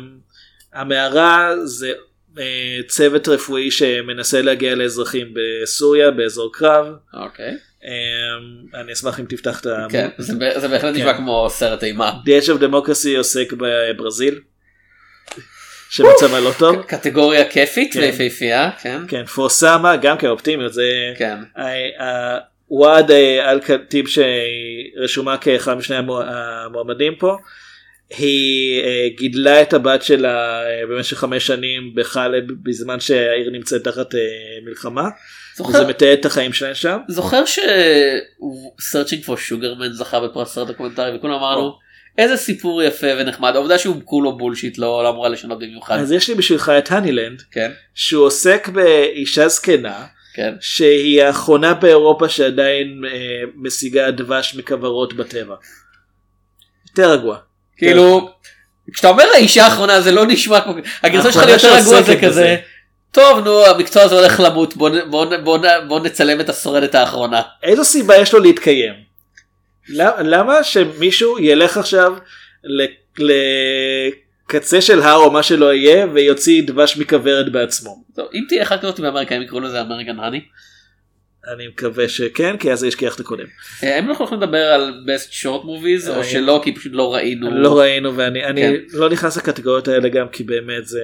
Speaker 2: המערה זה אה, צוות רפואי שמנסה להגיע לאזרחים בסוריה באזור קרב.
Speaker 1: אוקיי.
Speaker 2: אה, אה, אני אשמח אם תפתח את ה...
Speaker 1: כן, זה ב- זה בהחלט נשמע
Speaker 2: כן.
Speaker 1: כמו סרט אימה.
Speaker 2: The Edge of Democracy עוסק בברזיל, שמצבה לא טוב.
Speaker 1: ק- קטגוריה כיפית
Speaker 2: כן.
Speaker 1: ויפהפייה, כן.
Speaker 2: כן, פורסמה גם כן אופטימיות, זה...
Speaker 1: כן.
Speaker 2: ה- ה- וואד אה, אל-כתיב שרשומה כאחד משני המו- המועמדים פה, היא אה, גידלה את הבת שלה אה, במשך חמש שנים בחלב בזמן שהעיר נמצאת תחת אה, מלחמה,
Speaker 1: זוכר-
Speaker 2: וזה מתעד את החיים שלהם שם.
Speaker 1: זוכר ש- Searching for Sugarman זכה בפרס סרט דוקומנטרי וכולם אמרנו איזה סיפור יפה ונחמד העובדה שהוא כולו בולשיט לא לא אמורה לשנות במיוחד.
Speaker 2: אז יש לי בשבילך את הנילנד,
Speaker 1: כן,
Speaker 2: שהוא עוסק באישה זקנה,
Speaker 1: כן.
Speaker 2: שהיא האחרונה באירופה שעדיין אה, משיגה דבש מכוורות בטבע. יותר רגוע.
Speaker 1: כאילו כשאתה אומר האישה האחרונה זה לא נשמע כמו הגרסה שלך
Speaker 2: כן.
Speaker 1: ליותר
Speaker 2: האחרונה
Speaker 1: רגוע זה
Speaker 2: שעוסקת
Speaker 1: כזה
Speaker 2: בזה.
Speaker 1: טוב נו המקצוע הזה הולך למות בוא נ- בוא נ- בוא נ- בוא נצלם את השורדת האחרונה.
Speaker 2: איזו סיבה יש לו להתקיים? למ- למה שמישהו ילך עכשיו ל- לקצה של הר או מה שלא יהיה ויוציא דבש מכוורת בעצמו?
Speaker 1: טוב, אם תהיה אחת כזאת באמריקה הם יקראו לזה אמריקן האני.
Speaker 2: אני מקווה שכן כי אז זה ישכיח את הקודם.
Speaker 1: האם אנחנו אה, לא יכולים לדבר על best short movies או
Speaker 2: אה,
Speaker 1: שלא כי פשוט לא ראינו.
Speaker 2: לא ראינו ואני אני
Speaker 1: כן.
Speaker 2: לא נכנס לקטגוריות האלה גם כי באמת זה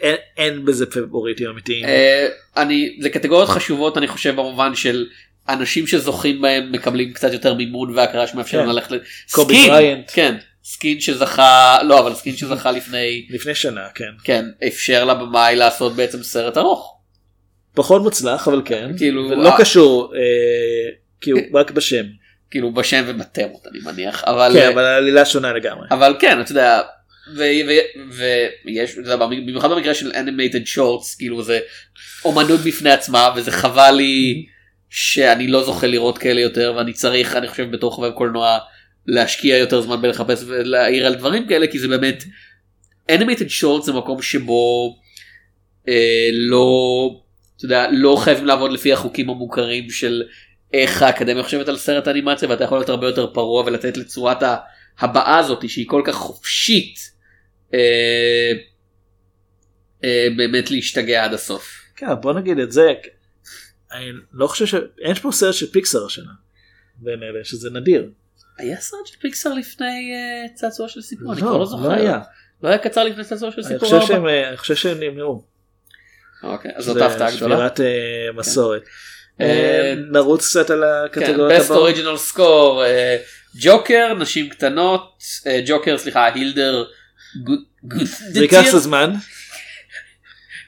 Speaker 2: אין, אין בזה פבוריטים אמיתיים.
Speaker 1: אה, אני זה קטגוריות חשובות אני חושב במובן של אנשים שזוכים בהם מקבלים קצת יותר מימון והכרה שמאפשר
Speaker 2: כן.
Speaker 1: להם ללכת ל-
Speaker 2: קובי
Speaker 1: סקין,
Speaker 2: בריינט.
Speaker 1: כן סקין שזכה לא אבל סקין שזכה לפני
Speaker 2: לפני שנה כן.
Speaker 1: כן אפשר לבמאי לעשות בעצם סרט ארוך
Speaker 2: פחות מוצלח אבל כן.
Speaker 1: כאילו,
Speaker 2: ולא
Speaker 1: אה. כן.
Speaker 2: קשור אה, כי הוא רק בשם.
Speaker 1: כאילו בשם ובתמות אני מניח אבל אה,
Speaker 2: כן אבל העלילה שונה לגמרי.
Speaker 1: אבל כן אתה יודע. ו- ו- ויש אתה יודע, במיוחד במקרה של animated shorts כאילו זה אומנות בפני עצמה וזה חבל לי שאני לא זוכה לראות כאלה יותר ואני צריך אני חושב בתור חובב קולנוע להשקיע יותר זמן בלחפש ולהעיר על דברים כאלה כי זה באמת animated shorts זה מקום שבו אה, לא אתה יודע לא חייבים לעבוד לפי החוקים המוכרים של איך האקדמיה חושבת על סרט אנימציה ואתה יכול להיות הרבה יותר פרוע ולתת לצורת ה... הבעה הזאת שהיא כל כך חופשית אה, אה, באמת להשתגע עד הסוף.
Speaker 2: כן, בוא נגיד את זה, אני לא חושב ש... אין פה סרט של פיקסר השנה, בין אלה, שזה נדיר.
Speaker 1: היה סרט של פיקסר לפני אה, צעצוע של סיפור, אני
Speaker 2: לא,
Speaker 1: כבר לא זוכר.
Speaker 2: לא היה.
Speaker 1: לא היה קצר לפני צעצוע של
Speaker 2: אני
Speaker 1: סיפור
Speaker 2: חושב שהם,
Speaker 1: ארבע.
Speaker 2: אה, אני חושב שהם נמנעו.
Speaker 1: אוקיי, אז זאת
Speaker 2: זה
Speaker 1: ההפתעה הגדולה. כן.
Speaker 2: שבירת אה, מסורת.
Speaker 1: אה, כן,
Speaker 2: אה, נרוץ קצת על הקטגוריות
Speaker 1: בסט
Speaker 2: הבאות.
Speaker 1: אוריג'ינל סקור, ג'וקר, אה, נשים קטנות, אה, ג'וקר, סליחה, הילדר,
Speaker 2: זה ייקח קצת זמן.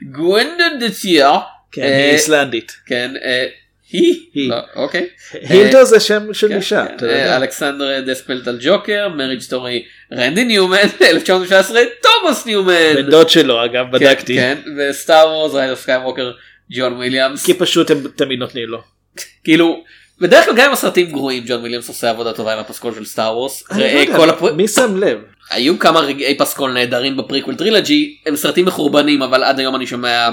Speaker 1: גוונדדציה,
Speaker 2: כן,
Speaker 1: אה,
Speaker 2: היא איסלנדית.
Speaker 1: כן, אה, היא,
Speaker 2: היא.
Speaker 1: לא, אוקיי.
Speaker 2: הילדר זה שם של
Speaker 1: כן,
Speaker 2: אישה.
Speaker 1: כן.
Speaker 2: אתה יודע.
Speaker 1: אה, אלכסנדר דספלט על ג'וקר, מריג' סטורי רנדי ניומן, 1917 תומאס ניומן,
Speaker 2: בן דוד שלו אגב,
Speaker 1: אה, כן,
Speaker 2: בדקתי.
Speaker 1: כן, וסטאר וורז רייד אוף סקייווקר ג'ון וויליאמס,
Speaker 2: כי פשוט הם תמיד נותנים לו.
Speaker 1: כאילו בדרך כלל גם עם הסרטים גרועים ג'ון וויליאמס עושה עבודה טובה עם הפסקול של סטאר וורס,
Speaker 2: אני לא
Speaker 1: ראה
Speaker 2: יודע,
Speaker 1: כל הפר-
Speaker 2: מי שם לב?
Speaker 1: היו כמה רגעי פסקול נהדרים בפריקוול טרילג'י, הם סרטים מחורבנים אבל עד היום אני שומע,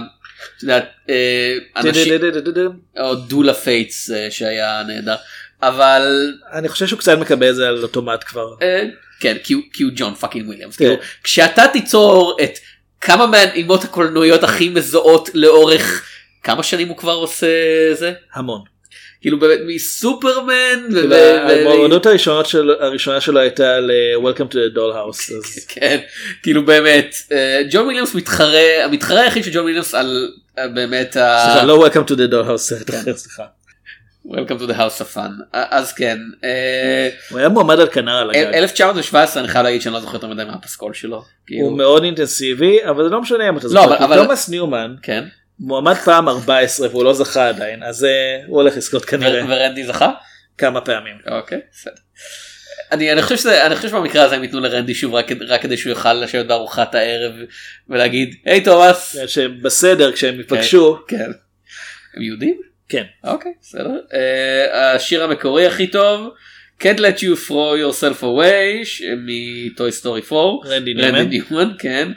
Speaker 1: אתה יודע, אה, אנשים,
Speaker 2: דדדדדדדם.
Speaker 1: או דולה פייטס אה, שהיה נהדר, אבל
Speaker 2: אני חושב שהוא קצת מקבל את זה על אוטומט כבר.
Speaker 1: אה, כן כי הוא- כי הוא ג'ון פאקינג וויליאמס
Speaker 2: כן.
Speaker 1: כאילו כשאתה תיצור את כמה מהנעימות הקולנועיות הכי מזוהות לאורך כמה שנים הוא כבר עושה זה
Speaker 2: המון.
Speaker 1: כאילו באמת מסופרמן ו-
Speaker 2: כאילו,
Speaker 1: ו- ו-
Speaker 2: המועמדות הראשונות של- הראשונה שלו הייתה ל- Welcome to the Dollhouse. אז
Speaker 1: כן כאילו באמת אה, ג'ון וויליאמס מתחרה המתחרה היחיד של ג'ון וויליאמס על אה, באמת ה-
Speaker 2: סליחה, לא Welcome to the Dollhouse, סרט אחר, סליחה.
Speaker 1: Welcome to the house of fun אה, אז כן אה,
Speaker 2: הוא היה מועמד על כנר על
Speaker 1: אל-
Speaker 2: הגג.
Speaker 1: 1917 אני חייב להגיד שאני לא זוכר יותר מדי מהפסקול שלו כאילו
Speaker 2: הוא מאוד אינטנסיבי, אבל זה לא משנה אם אתה
Speaker 1: לא,
Speaker 2: זוכר.
Speaker 1: אבל-
Speaker 2: כי
Speaker 1: אבל-
Speaker 2: תומאס ניומן
Speaker 1: כן
Speaker 2: מועמד פעם 14 והוא לא זכה עדיין, אז אה, הוא הולך לזכות כנראה
Speaker 1: ו- ורנדי זכה.
Speaker 2: כמה פעמים.
Speaker 1: אוקיי, בסדר. אני, אני חושב שזה, אני חושב שבמקרה הזה הם ייתנו לרנדי שוב רק, כד- רק כדי שהוא יוכל לשבת בארוחת הערב ולהגיד היי תומאס.
Speaker 2: כן. שבסדר, כשהם ייפגשו,
Speaker 1: כן. הם יהודים?
Speaker 2: כן.
Speaker 1: אוקיי, בסדר. אה, השיר המקורי הכי טוב, Can't let you throw yourself away ש- מטוי סטורי 4.
Speaker 2: רנדי ניומן.
Speaker 1: רנדי ניומן, כן.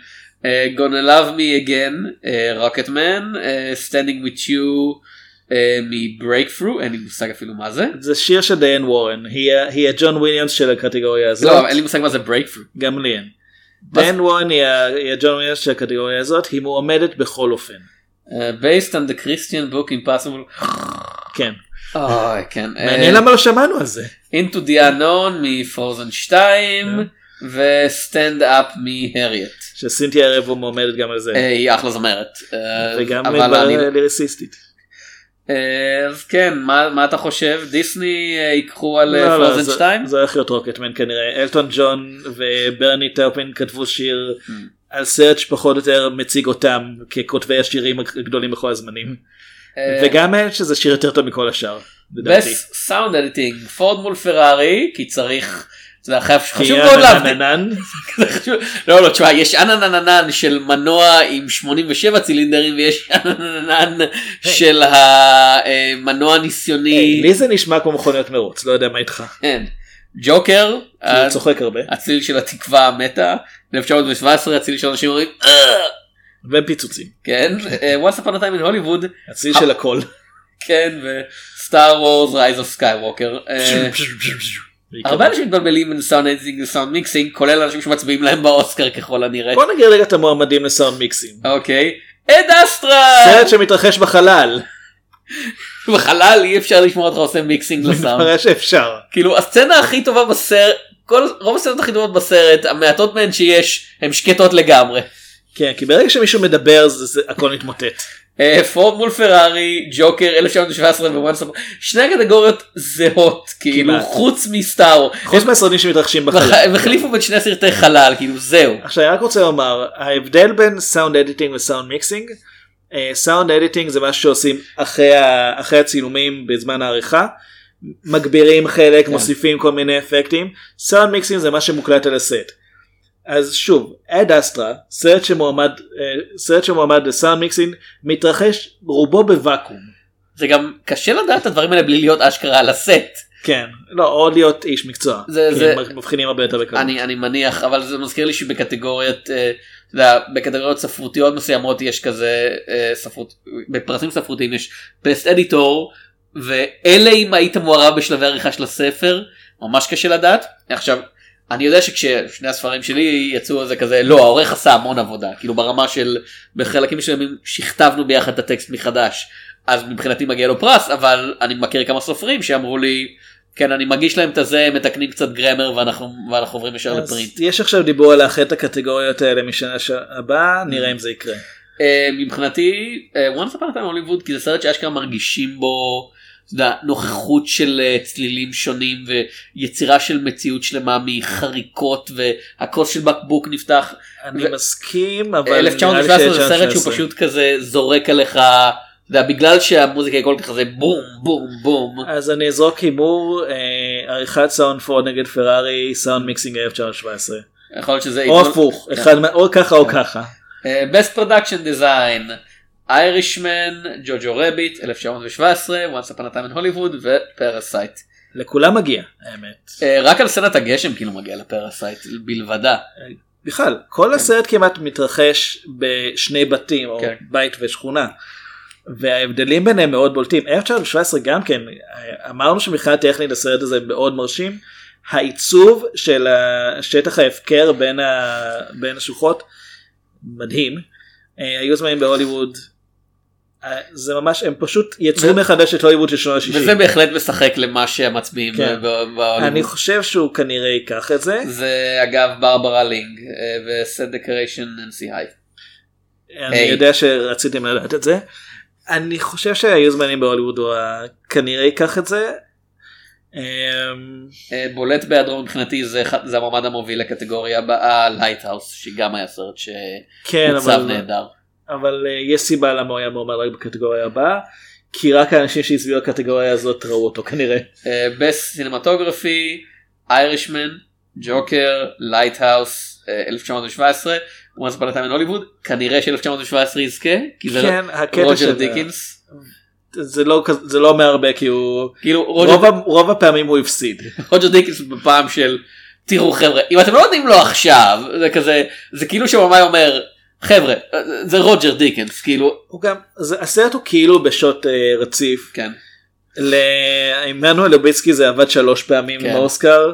Speaker 1: אה, Gonna love me again, אה, רוקטמן, אה, Standing with you אה, מ-breakthrough, אין לי מושג אפילו מה זה.
Speaker 2: זה שיר של דיין וורן, אה, היא ה- היא הג'ון וויליאמס של הקטגוריה הזאת,
Speaker 1: לא, אין לי מושג מה זה breakthrough.
Speaker 2: גם לי אין. דיין וורן היא ה- היא הג'ון וויליאמס של הקטגוריה הזאת, היא מועמדת בכל אופן.
Speaker 1: אה, Uh, based on the Christian book impossible.
Speaker 2: כן.
Speaker 1: אוי, כן.
Speaker 2: מעניין למה לא שמענו על זה.
Speaker 1: Into the Unknown מפרוזן
Speaker 2: כן.
Speaker 1: 2 וסטנד אפ מהריאט.
Speaker 2: שסינתיה רבו מועמדת גם על זה.
Speaker 1: אה, היא אחלה זמרת. אה,
Speaker 2: כן. וגם
Speaker 1: אבל אני-
Speaker 2: בר- ליריסיסטית.
Speaker 1: אה, אז כן, מה מה אתה חושב? דיסני אה, ייקחו על
Speaker 2: לא, לא,
Speaker 1: פרוזן
Speaker 2: זה-
Speaker 1: 2?
Speaker 2: זה הולך להיות רוקטמן כנראה. אלטון ג'ון וברני טרפין כתבו שיר
Speaker 1: Hmm.
Speaker 2: על סרט שפחות או יותר מציג אותם ככותבי השירים הגדולים בכל הזמנים. וגם האמת שזה שיר יותר טוב מכל השאר. לדעתי.
Speaker 1: אה, best sound editing פורד מול פרארי כי צריך. זה החייב
Speaker 2: כי
Speaker 1: חשוב מאוד להבדיל,
Speaker 2: הננננן.
Speaker 1: חשוב- לא לא תשמע יש אננננן של מנוע עם 87 צילינדרים ויש אננננן של אה, המנוע הניסיוני,
Speaker 2: היי, לי זה נשמע כמו מכוניות מרוץ לא יודע מה איתך.
Speaker 1: כן. ג'וקר, אה,
Speaker 2: אני צוחק הרבה.
Speaker 1: הצליל של התקווה המתה, 1917 הצליל של אנשים אומרים "אה",
Speaker 2: ופיצוצים.
Speaker 1: כן, אה, once upon a time in Hollywood,
Speaker 2: הצליל של הכל.
Speaker 1: כן, וסטאר וורס רייז אוף סקייווקר. אה, הרבה אנשים מתבלבלים בין סאונד אדיטינג לסאונד מיקסינג, כולל אנשים שמצביעים להם באוסקר ככל הנראה.
Speaker 2: בוא נגיד רגע את המועמדים לסאונד מיקסים.
Speaker 1: אוקיי, אד אסטרה!
Speaker 2: סרט שמתרחש בחלל.
Speaker 1: בחלל אי אפשר לשמוע אותך עושה מיקסינג לסאונד.
Speaker 2: מתברר שאפשר.
Speaker 1: כאילו הסצנה הכי טובה בסרט, כל- רוב הסצנות הכי טובות בסרט, המעטות מהן שיש, הן שקטות לגמרי.
Speaker 2: כן כי ברגע שמישהו מדבר זה זה- הכל מתמוטט.
Speaker 1: אה, פורד מול פרארי, ג'וקר, 1917 ווואנס אפ... שני הקטגוריות זהות, כאילו,
Speaker 2: כמעט.
Speaker 1: חוץ מסטאר.
Speaker 2: חוץ מהסרטים שמתרחשים בחלל.
Speaker 1: הם החליפו בין שני סרטי חלל, כאילו, זהו.
Speaker 2: עכשיו אני רק רוצה לומר ההבדל בין סאונד אדיטינג לסאונד מיקסינג. סאונד אדיטינג אה, זה משהו שעושים אחרי ה- אחרי הצילומים בזמן העריכה. מגבירים חלק
Speaker 1: כן.
Speaker 2: מוסיפים כל מיני אפקטים סאונד מיקסינג זה מה שמוקלט על הסט. אז שוב אד אסטרה סרט שמועמד אה, סרט שמועמד לסאונד מיקסינג מתרחש רובו בוואקום.
Speaker 1: זה גם קשה לדעת את הדברים האלה בלי להיות אשכרה על הסט.
Speaker 2: כן, לא, או להיות איש מקצוע.
Speaker 1: זה-
Speaker 2: כי
Speaker 1: זה-
Speaker 2: הם מבחינים הרבה יותר בקרוב.
Speaker 1: אני, אני מניח, אבל זה מזכיר לי שבקטגוריית, אה, אתה יודע, בקטגוריות ספרותיות מסוימות יש כזה, אה, ספרות, בפרסים ספרותיים יש best editor, ואלה אם היית מעורב בשלבי העריכה של הספר, ממש קשה לדעת. עכשיו, אני יודע שכששני הספרים שלי יצאו על זה כזה, לא, העורך עשה המון עבודה, כאילו ברמה של, בחלקים מסוימים שכתבנו ביחד את הטקסט מחדש, אז מבחינתי מגיע לו פרס, אבל אני מכיר כמה סופרים שאמרו לי, כן, אני מגיש להם את הזה, מתקנים קצת גרמר ואנחנו, ואנחנו עוברים ישר
Speaker 2: אז
Speaker 1: לפרינט.
Speaker 2: יש עכשיו דיבור על לאחד את הקטגוריות האלה משנה ש- הבאה,
Speaker 1: Mm.
Speaker 2: נראה אם זה יקרה.
Speaker 1: אה, מבחינתי אה, once upon a time הוליווד כי זה סרט שאשכרה מרגישים בו אתה יודע, נוכחות של אה, צלילים שונים ויצירה של מציאות שלמה מחריקות והכוס של בקבוק נפתח.
Speaker 2: אני
Speaker 1: ו-
Speaker 2: מסכים, אבל... נראה לי
Speaker 1: 1917
Speaker 2: ש-
Speaker 1: זה סרט שהוא
Speaker 2: 1917.
Speaker 1: פשוט כזה זורק עליך אתה יודע, בגלל שהמוזיקה היא כל כך זה בום בום בום.
Speaker 2: אז אני אזרוק הימור, אה, עריכת סאונד פורד נגד פרארי, סאונד מיקסינג 1917.
Speaker 1: יכול להיות שזה
Speaker 2: או הפוך,
Speaker 1: אה, כן.
Speaker 2: אחד מה- או ככה או
Speaker 1: כן.
Speaker 2: ככה.
Speaker 1: אה, best production design. איירישמן, ג'וג'ו רביט, 1917, once upon a time in Hollywood ופרסייט.
Speaker 2: לכולם מגיע, האמת.
Speaker 1: אה, רק על סצנת הגשם כאילו מגיע לפרסייט בלבדה.
Speaker 2: בכלל, כל הסרט כמעט מתרחש בשני בתים, או
Speaker 1: כן.
Speaker 2: בית ושכונה. וההבדלים ביניהם מאוד בולטים. 1917 גם כן, אמרנו שמבחינה טכנית הסרט הזה מאוד מרשים. העיצוב של שטח ההפקר בין, ה... בין השוחות מדהים. אה, היו זמנים בהוליווד. אה, זה ממש, הם פשוט יצרו
Speaker 1: ו-
Speaker 2: מחדש את הוליווד של שנות
Speaker 1: וזה
Speaker 2: ה-60.
Speaker 1: בהחלט משחק למה שהמצביעים
Speaker 2: כן.
Speaker 1: ב- ב- בהוליווד.
Speaker 2: אני חושב שהוא כנראה ייקח את זה.
Speaker 1: זה אגב אה, ברברה לינג וסט דקריישן ננסי הייפ.
Speaker 2: אני
Speaker 1: היי.
Speaker 2: יודע שרציתם לדעת את זה. אני חושב שהיו זמנים בהוליווד הוא ה- כנראה ייקח את זה. אמ,
Speaker 1: אה, בולט בהיעדרו מבחינתי זה אחד- זה המועמד המוביל לקטגוריה הבאה לייטהאוס שגם היה סרט שמוצב
Speaker 2: כן אבל,
Speaker 1: נהדר.
Speaker 2: אבל אה, יש סיבה למה הוא היה מועמד רק בקטגוריה הבאה. כי רק האנשים שהצביעו לקטגוריה הזאת ראו אותו כנראה.
Speaker 1: אה, בסט סינמטוגרפי, איירישמן, ג'וקר, לייטהאוס, 1917, once upon a time in Hollywood, כנראה ש1917 יזכה, כי זה לא-
Speaker 2: כן הקטע
Speaker 1: רוג'ר
Speaker 2: של
Speaker 1: דיקינס.
Speaker 2: זה לא כזה- זה לא אומר הרבה כי הוא
Speaker 1: כאילו רוג'ר
Speaker 2: רוב ה- רוב הפעמים הוא הפסיד.
Speaker 1: רוג'ר דיקינס בפעם של תראו חבר'ה אם אתם לא נותנים לו עכשיו זה כזה זה כאילו שממאי אומר חבר'ה זה רוג'ר דיקינס כאילו
Speaker 2: הוא גם זה- הסרט הוא כאילו בשוט אה, רציף.
Speaker 1: כן
Speaker 2: לעמנואל לוביצקי זה עבד שלוש פעמים
Speaker 1: כן.
Speaker 2: עם האוסקר.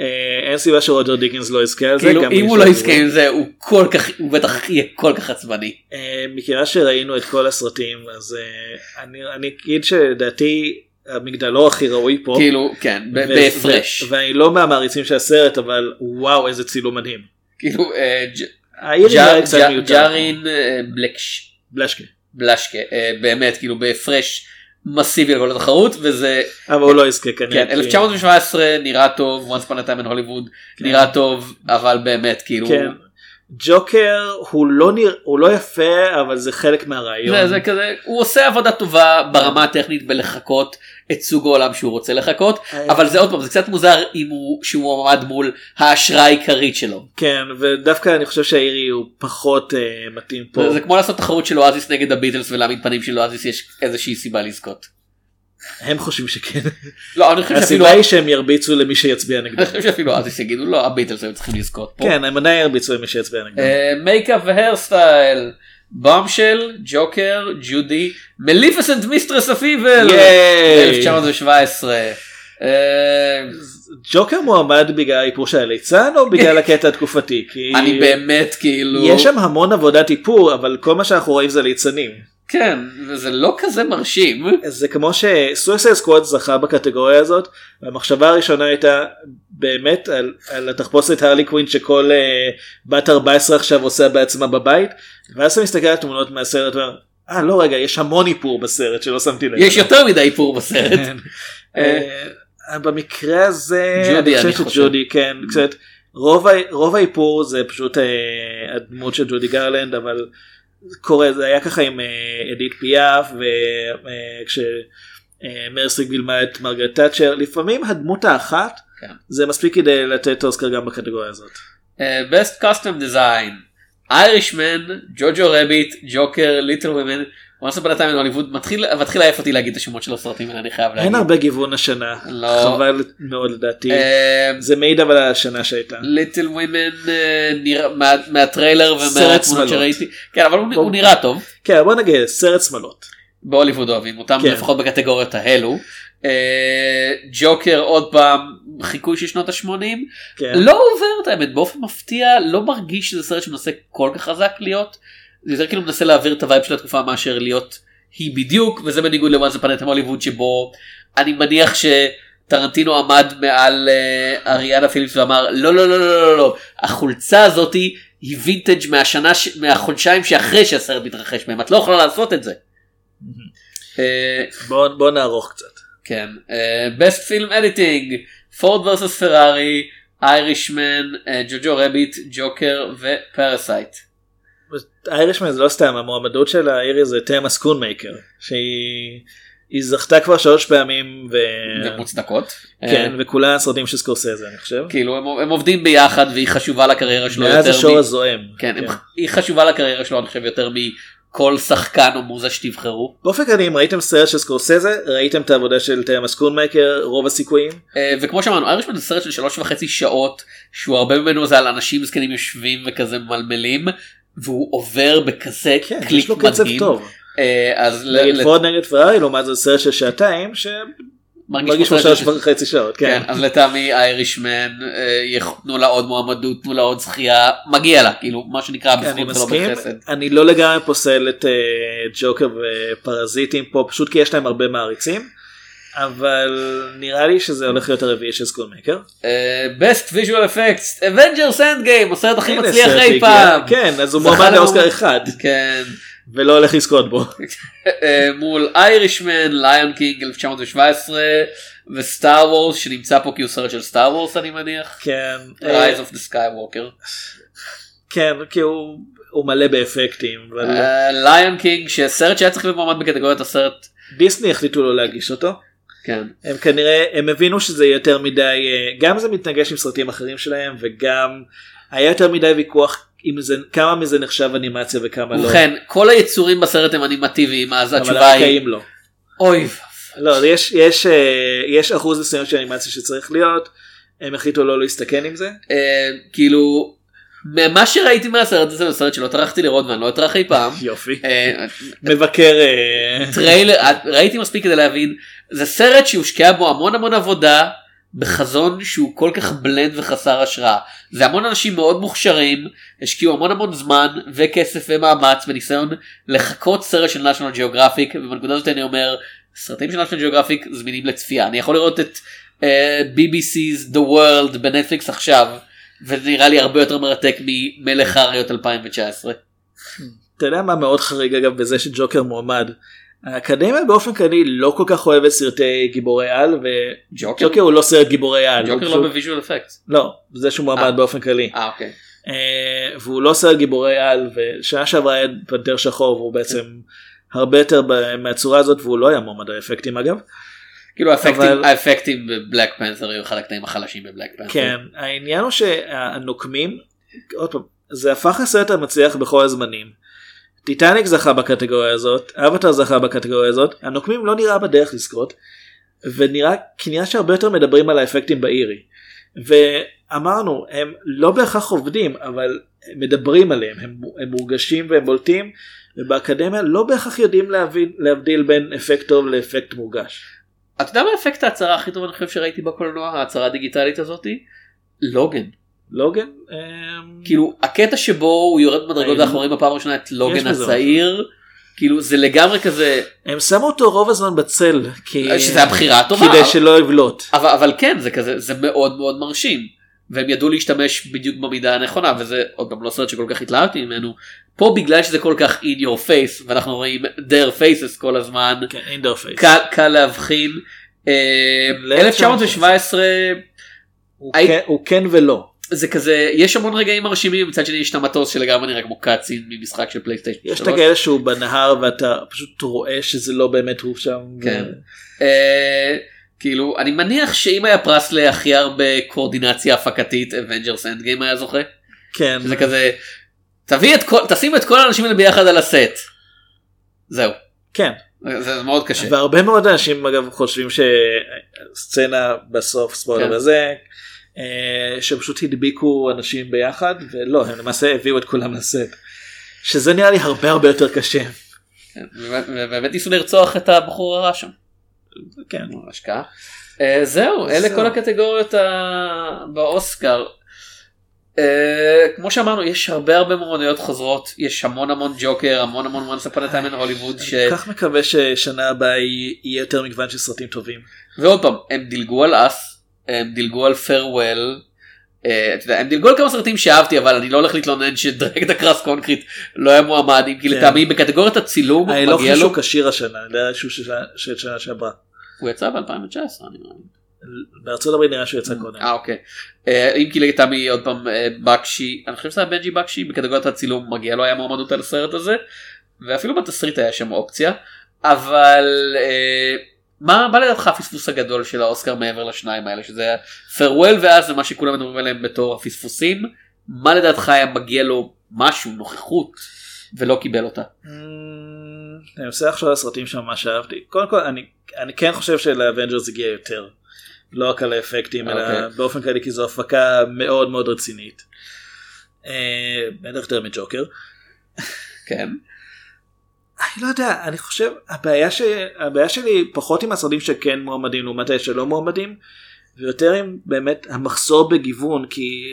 Speaker 2: אה, אין סיבה שרוג'ר דיקינס לא יזכה על זה.
Speaker 1: כאילו
Speaker 2: גם
Speaker 1: אם
Speaker 2: בלי
Speaker 1: הוא לא
Speaker 2: שהוא-
Speaker 1: יזכה עם זה הוא כל כך הוא בטח יהיה כל כך עצבני
Speaker 2: אה, מכיוון שראינו את כל הסרטים אז אה, אני אני אגיד שלדעתי המגדלור הכי ראוי פה.
Speaker 1: כאילו כן ב-
Speaker 2: ו-
Speaker 1: בהפרש
Speaker 2: ו- ואני לא מהמעריצים של הסרט אבל וואו איזה צילום מדהים.
Speaker 1: כאילו אה, ג'-
Speaker 2: העיר
Speaker 1: ג'אר-
Speaker 2: נראה קצת
Speaker 1: ג'אר-
Speaker 2: מיותר.
Speaker 1: ג'ארין אה, בלקש
Speaker 2: בלשקין.
Speaker 1: בלשקה אה, באמת כאילו בהפרש מסיבי לכל התחרות וזה
Speaker 2: אבל הוא לא יזכה כנראה.
Speaker 1: כן
Speaker 2: כי-
Speaker 1: 1917 נראה טוב once upon a time in Hollywood
Speaker 2: כן.
Speaker 1: נראה טוב אבל באמת כאילו
Speaker 2: כן. ג'וקר הוא לא נראה הוא לא יפה אבל זה חלק מהרעיון.
Speaker 1: זה, זה כזה הוא עושה עבודה טובה ברמה הטכנית בלחקות את סוג העולם שהוא רוצה לחקות
Speaker 2: אה.
Speaker 1: אבל זה עוד פעם זה קצת מוזר אם הוא שהוא עמד מול ההשראה העיקרית שלו
Speaker 2: כן ודווקא אני חושב שהאירי הוא פחות אה, מתאים פה.
Speaker 1: זה, זה כמו לעשות תחרות של אואזיס נגד הביטלס ולהעמיד פנים של אואזיס יש איזושהי סיבה לזכות.
Speaker 2: הם חושבים שכן.
Speaker 1: לא אני חושב שאפילו
Speaker 2: הסיבה היא שהם ירביצו למי שיצביע
Speaker 1: אני
Speaker 2: נגדם.
Speaker 1: חושב שאפילו אואזיס יגידו לא הביטלס היו צריכים לזכות פה.
Speaker 2: כן הם עדיין ירביצו למי שיצביע נגדם.
Speaker 1: אה, מייקאפ והרסטייל, במשל, ג'וקר, ג'ודי, מליפסנט מיסטרס אפיבל,
Speaker 2: ייי.
Speaker 1: 1917. אה,
Speaker 2: ג'וקר מועמד בגלל האיפור של הליצן או בגלל הקטע התקופתי? כי
Speaker 1: אני באמת כאילו,
Speaker 2: יש שם המון עבודת איפור אבל כל מה שאנחנו רואים זה ליצנים.
Speaker 1: כן, וזה לא כזה מרשים.
Speaker 2: אז זה כמו שסויסל סקוואד זכה בקטגוריה הזאת והמחשבה הראשונה הייתה באמת על, על התחפושת הרלי קווין שכל אה, בת 14 עכשיו עושה בעצמה בבית ואז אתה מסתכל על תמונות מהסרט ואומר אה לא רגע יש המון איפור בסרט שלא שמתי לב.
Speaker 1: יש יותר מדי איפור בסרט.
Speaker 2: אה, אה, במקרה הזה
Speaker 1: ג'ודי,
Speaker 2: אני
Speaker 1: אני
Speaker 2: חושב
Speaker 1: חושב. Mm.
Speaker 2: שג'ודי כן קצת רוב, ה- רוב האיפור זה פשוט אה, הדמות של ג'ודי גרלנד אבל זה קורה זה היה ככה עם אה, אדית אה, פיאף וכשמרסי אה, גילמה את מרגרט תאצ'ר לפעמים הדמות האחת
Speaker 1: כן.
Speaker 2: זה מספיק כדי לתת אוסקר גם בקטגוריה הזאת.
Speaker 1: אה, best custom design, איירישמן, ג'וג'ו רביט, ג'וקר, ליטל ווימן, once upon a time in הוליווד, מתחיל מתחיל לעייף אותי להגיד את השמות של הסרטים האלה, אני חייב
Speaker 2: אין
Speaker 1: להגיד.
Speaker 2: הרבה גיוון השנה
Speaker 1: לא.
Speaker 2: חבל מאוד לדעתי
Speaker 1: אה, לא.
Speaker 2: זה מעיד אבל על השנה שהייתה.
Speaker 1: ליטל ווימן נראה uh, מה- מהטריילר
Speaker 2: שמלות.
Speaker 1: ומהתמונות שראיתי כן אבל הוא-
Speaker 2: בוא-
Speaker 1: הוא נראה טוב
Speaker 2: כן בוא נגיד סרט שמאלות.
Speaker 1: בהוליווד אוהבים אותם
Speaker 2: כן.
Speaker 1: לפחות בקטגוריות האלו. אה, ג'וקר עוד פעם חיקוי של שנות ה-80
Speaker 2: כן.
Speaker 1: לא עובר את האמת באופן מפתיע לא מרגיש שזה סרט שמנסה כל כך חזק להיות זה יותר כאילו מנסה להעביר את הווייב של התקופה מאשר להיות היא בדיוק וזה בניגוד לוואנס הפנטם הוליווד שבו אני מניח ש... טרנטינו עמד מעל uh, אריאנה פיליפס ואמר לא לא לא לא לא לא החולצה הזאתי היא וינטג' מהשנה ש... מהחודשיים שאחרי שהסרט מתרחש מהם את לא יכולה לעשות את זה. אה,
Speaker 2: בוא בוא נערוך קצת.
Speaker 1: כן, בסט פילם אדיטינג, פורד ורסס פרארי, איירישמן, ג'וג'ו רביט, ג'וקר ופרסייט.
Speaker 2: איירישמן זה לא סתם המועמדות של האירי זה תמה סקונמייקר שהיא היא זכתה כבר שלוש פעמים ו...
Speaker 1: מוצדקות.
Speaker 2: אה.
Speaker 1: אה,
Speaker 2: כן, וכולה סרטים של סקורסזה אני חושב.
Speaker 1: כאילו הם- הם עובדים ביחד והיא חשובה לקריירה שלו
Speaker 2: מאז
Speaker 1: יותר
Speaker 2: השור
Speaker 1: מ...
Speaker 2: הזוהם.
Speaker 1: כן, הם- היא חשובה לקריירה שלו אני חושב יותר מכל שחקן או מוזה שתבחרו.
Speaker 2: באופן כללי אם ראיתם סרט של סקורסזה ראיתם את העבודה של תמה סקונמייקר רוב הסיכויים.
Speaker 1: אה, וכמו שאמרנו איירישמן זה סרט של שלוש וחצי שעות שהוא הרבה ממנו זה על אנשים זקנים יושבים וכזה ממלמלים והוא עובר בכזה
Speaker 2: כן, יש
Speaker 1: קליק
Speaker 2: לו קצב
Speaker 1: מדהים.
Speaker 2: טוב.
Speaker 1: אה, אז ל-
Speaker 2: נגיד
Speaker 1: ל-
Speaker 2: פרוד נגד פרארי לעומת זאת סרט של שעתיים שמרגיש
Speaker 1: מרגיש כמו
Speaker 2: כמו שלוש
Speaker 1: סרט של-
Speaker 2: וחצי שעות. כן.
Speaker 1: כן, אז לטעמי איירישמן, תנו לה עוד מועמדות, תנו לה עוד זכייה, מגיע לה, כאילו, מה שנקרא
Speaker 2: כן, אני
Speaker 1: בזכות ולא
Speaker 2: מסכים,
Speaker 1: בחסד.
Speaker 2: אני לא לגמרי פוסל את אה, ג'וקר ופרזיטים פה פשוט כי יש להם הרבה מעריצים אבל נראה לי שזה הולך להיות הרביעי של סקולמקר.
Speaker 1: אה, best visual effects, Avengers Endgame, הסרט הכי מצליח אי פעם.
Speaker 2: כן אז הוא
Speaker 1: זכה
Speaker 2: מועמד
Speaker 1: למועמד-
Speaker 2: לאוסקר אחד
Speaker 1: כן,
Speaker 2: ולא הולך לזכות בו.
Speaker 1: אה, מול איירישמן, ליון קינג 1917, וסטאר וורס שנמצא פה כי הוא סרט של סטאר וורס אני מניח.
Speaker 2: כן אה,
Speaker 1: Rise of the Skywalker.
Speaker 2: כן כי הוא הוא מלא באפקטים אבל
Speaker 1: אה. ליון קינג שסרט שהיה צריך להיות מועמד בקטגוריית הסרט.
Speaker 2: דיסני החליטו לא להגיש אותו.
Speaker 1: כן.
Speaker 2: הם כנראה הם הבינו שזה יהיה יותר מדי אה, גם זה מתנגש עם סרטים אחרים שלהם וגם היה יותר מדי ויכוח אם זה כמה מזה נחשב אנימציה וכמה לא.
Speaker 1: ובכן, כל היצורים בסרט הם אנימטיביים, אז
Speaker 2: אבל
Speaker 1: התשובה היא
Speaker 2: הרקעים לא.
Speaker 1: אוי.
Speaker 2: לא, יש, יש, אה, יש אחוז מסוים של אנימציה שצריך להיות, הם החליטו לא להסתכן עם זה.
Speaker 1: אה, כאילו ממה שראיתי מהסרט הזה זה סרט שלא טרחתי לראות ואני לא אטרח אי פעם.
Speaker 2: יופי.
Speaker 1: אה,
Speaker 2: מבקר, אה,
Speaker 1: טריילר ראיתי מספיק כדי להבין זה סרט שהושקעה בו המון המון עבודה בחזון שהוא כל כך בלנד וחסר השראה זה המון אנשים מאוד מוכשרים השקיעו המון המון זמן וכסף ומאמץ וניסיון לחקות סרט של national geographic ובנקודה הזאת אני אומר סרטים של national geographic זמינים לצפייה אני יכול לראות את uh, BBC's The World בנטפליקס עכשיו וזה נראה לי הרבה יותר מרתק ממלך האריות 2019.
Speaker 2: אתה יודע מה מאוד חריג אגב בזה שג'וקר מועמד. האקדמיה באופן כללי לא כל כך אוהבת סרטי גיבורי על
Speaker 1: ג'וקר?
Speaker 2: וג'וקר הוא לא סרט גיבורי על. הוא
Speaker 1: ג'וקר
Speaker 2: פשוט-
Speaker 1: לא בוויז'ואל אפקט.
Speaker 2: לא, זה שהוא
Speaker 1: אה.
Speaker 2: מועמד באופן כללי.
Speaker 1: אה אוקיי.
Speaker 2: אה, והוא לא סרט גיבורי על ושנה שעברה היה פנתר שחור והוא בעצם הרבה יותר ב- מהצורה הזאת והוא לא היה מועמד האפקטים אגב.
Speaker 1: כאילו האפקטים-
Speaker 2: אבל-
Speaker 1: האפקטים בבלק פנת'ר היו אחד הקטעים החלשים בבלק פנת'ר.
Speaker 2: כן העניין הוא שהנוקמים עוד פעם זה הפך לסרט המצליח בכל הזמנים. טיטניק זכה בקטגוריה הזאת אבטר זכה בקטגוריה הזאת הנוקמים לא נראה בדרך לזכות ונראה כנראה שהרבה יותר מדברים על האפקטים באירי. ואמרנו הם לא בהכרח עובדים אבל הם מדברים עליהם הם, הם מורגשים והם בולטים ובאקדמיה לא בהכרח יודעים להבין, להבדיל בין אפקט טוב לאפקט מורגש.
Speaker 1: אתה יודע מה אפקט ההצהרה הכי טוב אני חושב שראיתי בקולנוע ההצהרה הדיגיטלית הזאתי? לוגן.
Speaker 2: לוגן? אמ,
Speaker 1: כאילו הקטע שבו הוא יורד במדרגות
Speaker 2: ראינו.
Speaker 1: האחוריים בפעם הראשונה את לוגן
Speaker 2: בזה
Speaker 1: הצעיר. כאילו זה לגמרי כזה
Speaker 2: הם שמו אותו רוב הזמן בצל כי
Speaker 1: שזה אה, הבחירה הטובה
Speaker 2: כדי שלא יבלוט.
Speaker 1: אבל, אבל כן זה כזה זה מאוד מאוד מרשים והם ידעו להשתמש בדיוק במידה הנכונה וזה עוד פעם לא סרט שכל כך התלהבתי ממנו פה בגלל שזה כל כך in your face ואנחנו רואים their faces כל הזמן
Speaker 2: כן, אינטרפייס.
Speaker 1: קל, קל להבחין אה,
Speaker 2: לא
Speaker 1: 1917 I-
Speaker 2: הוא כן ולא.
Speaker 1: זה כזה יש המון רגעים מרשימים מצד שני יש את המטוס שלגמרי נראה כמו קאצין ממשחק של פלייסטיישן
Speaker 2: יש את
Speaker 1: 3.
Speaker 2: הכאלה שהוא בנהר ואתה פשוט רואה שזה לא באמת הוא שם.
Speaker 1: כן. אה, כאילו אני מניח שאם היה פרס להכי הרבה קואורדינציה הפקתית אבנג'רס אנד גיים היה זוכה
Speaker 2: כן.
Speaker 1: שזה כזה תביא את כל תשים את כל האנשים האלה ביחד על הסט. זהו
Speaker 2: כן.
Speaker 1: זה זה מאוד קשה.
Speaker 2: והרבה מאוד אנשים אגב חושבים שסצנה בסוף ספוילר
Speaker 1: כן.
Speaker 2: וזה. אה, שפשוט הדביקו אנשים ביחד ולא הם למעשה הביאו את כולם לסט. שזה נראה לי הרבה הרבה יותר קשה.
Speaker 1: כן, ו- ו- ובאמת ניסו לרצוח את הבחור הרע שם.
Speaker 2: כן.
Speaker 1: השקעה. אה, זהו, אלה
Speaker 2: זהו.
Speaker 1: כל הקטגוריות ה- באוסקר. אה, כמו שאמרנו, יש הרבה הרבה מועמדויות חוזרות, יש המון המון ג'וקר, המון המון once upon a time in הוליווד, ש...
Speaker 2: אני כל כך מקווה ששנה הבאה יהיה יותר מגוון של סרטים טובים.
Speaker 1: ועוד פעם, הם דילגו על אס, הם דילגו על פרוול, הם דילגו על כמה סרטים שאהבתי, אבל אני לא הולך להתלונן שדרג הקרס קונקריט לא היה מועמד, אם כי
Speaker 2: כן.
Speaker 1: לטעמי בקטגוריית הצילום
Speaker 2: אני לא
Speaker 1: מגיע
Speaker 2: חושב
Speaker 1: לו,
Speaker 2: שהוא כשיר השנה, אני יודע שהוא שנה- של שנה שעברה.
Speaker 1: הוא יצא ב-2019 לא נראה לי.
Speaker 2: בארצות הברית נראה שהוא יצא קודם.
Speaker 1: אה אוקיי. אה, אם כי לטעמי עוד פעם אה, בקשי, אני חושב שזה היה בנג'י בקשי, בקטגוריית הצילום מגיע לו היה מועמדות על הסרט הזה, ואפילו בתסריט היה שם אופציה, אבל אה, מה מה לדעתך הפספוס הגדול של האוסקר מעבר לשניים האלה, שזה פרוול ואז זה מה שכולם מדברים עליהם בתור הפספוסים, מה לדעתך היה מגיע לו משהו, נוכחות, ולא קיבל אותה.
Speaker 2: אמ, אה, אני עושה עכשיו על סרטים שממש אהבתי. קודם כל אני- אני כן חושב שלאבנג'רס הגיע יותר. לא רק על האפקטים אלא
Speaker 1: אוקיי.
Speaker 2: באופן כללי כי זו הפקה מאוד מאוד רצינית. אה, בטח יותר מג'וקר.
Speaker 1: כן.
Speaker 2: אני לא יודע, אני חושב, הבעיה, ש... הבעיה שלי פחות עם הסרטים שכן מועמדים לעומת אלה שלא מועמדים, ויותר עם באמת המחסור בגיוון, כי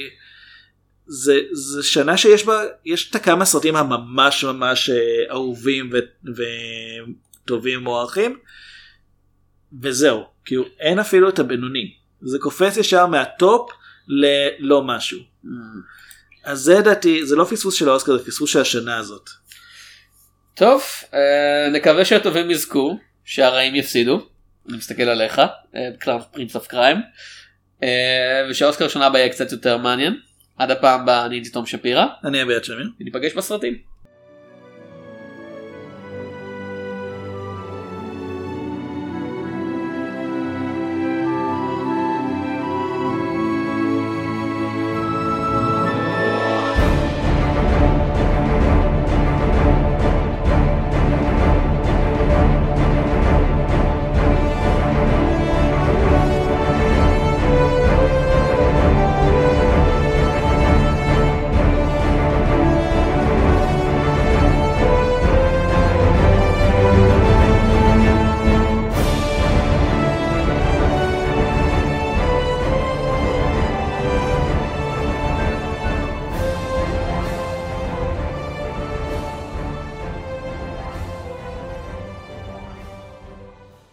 Speaker 2: זה, זה שנה שיש בה, יש את הכמה סרטים הממש ממש אה, אהובים ו... וטובים ומוערכים, וזהו, כאילו אין אפילו את הבינוני, זה קופץ ישר מהטופ ללא משהו. אז זה לדעתי, זה לא פספוס של האוסקר, זה פספוס של השנה הזאת.
Speaker 1: טוב, אה, נקווה שהטובים יזכו, שהרעים יפסידו, אני מסתכל עליך, אה, פרינס אוף קריים, אה, ושהאוסקר שנה הבאה יהיה קצת יותר מעניין. עד הפעם הבאה אני הייתי תום שפירא,
Speaker 2: אני אביעד שמיר.
Speaker 1: וניפגש בסרטים.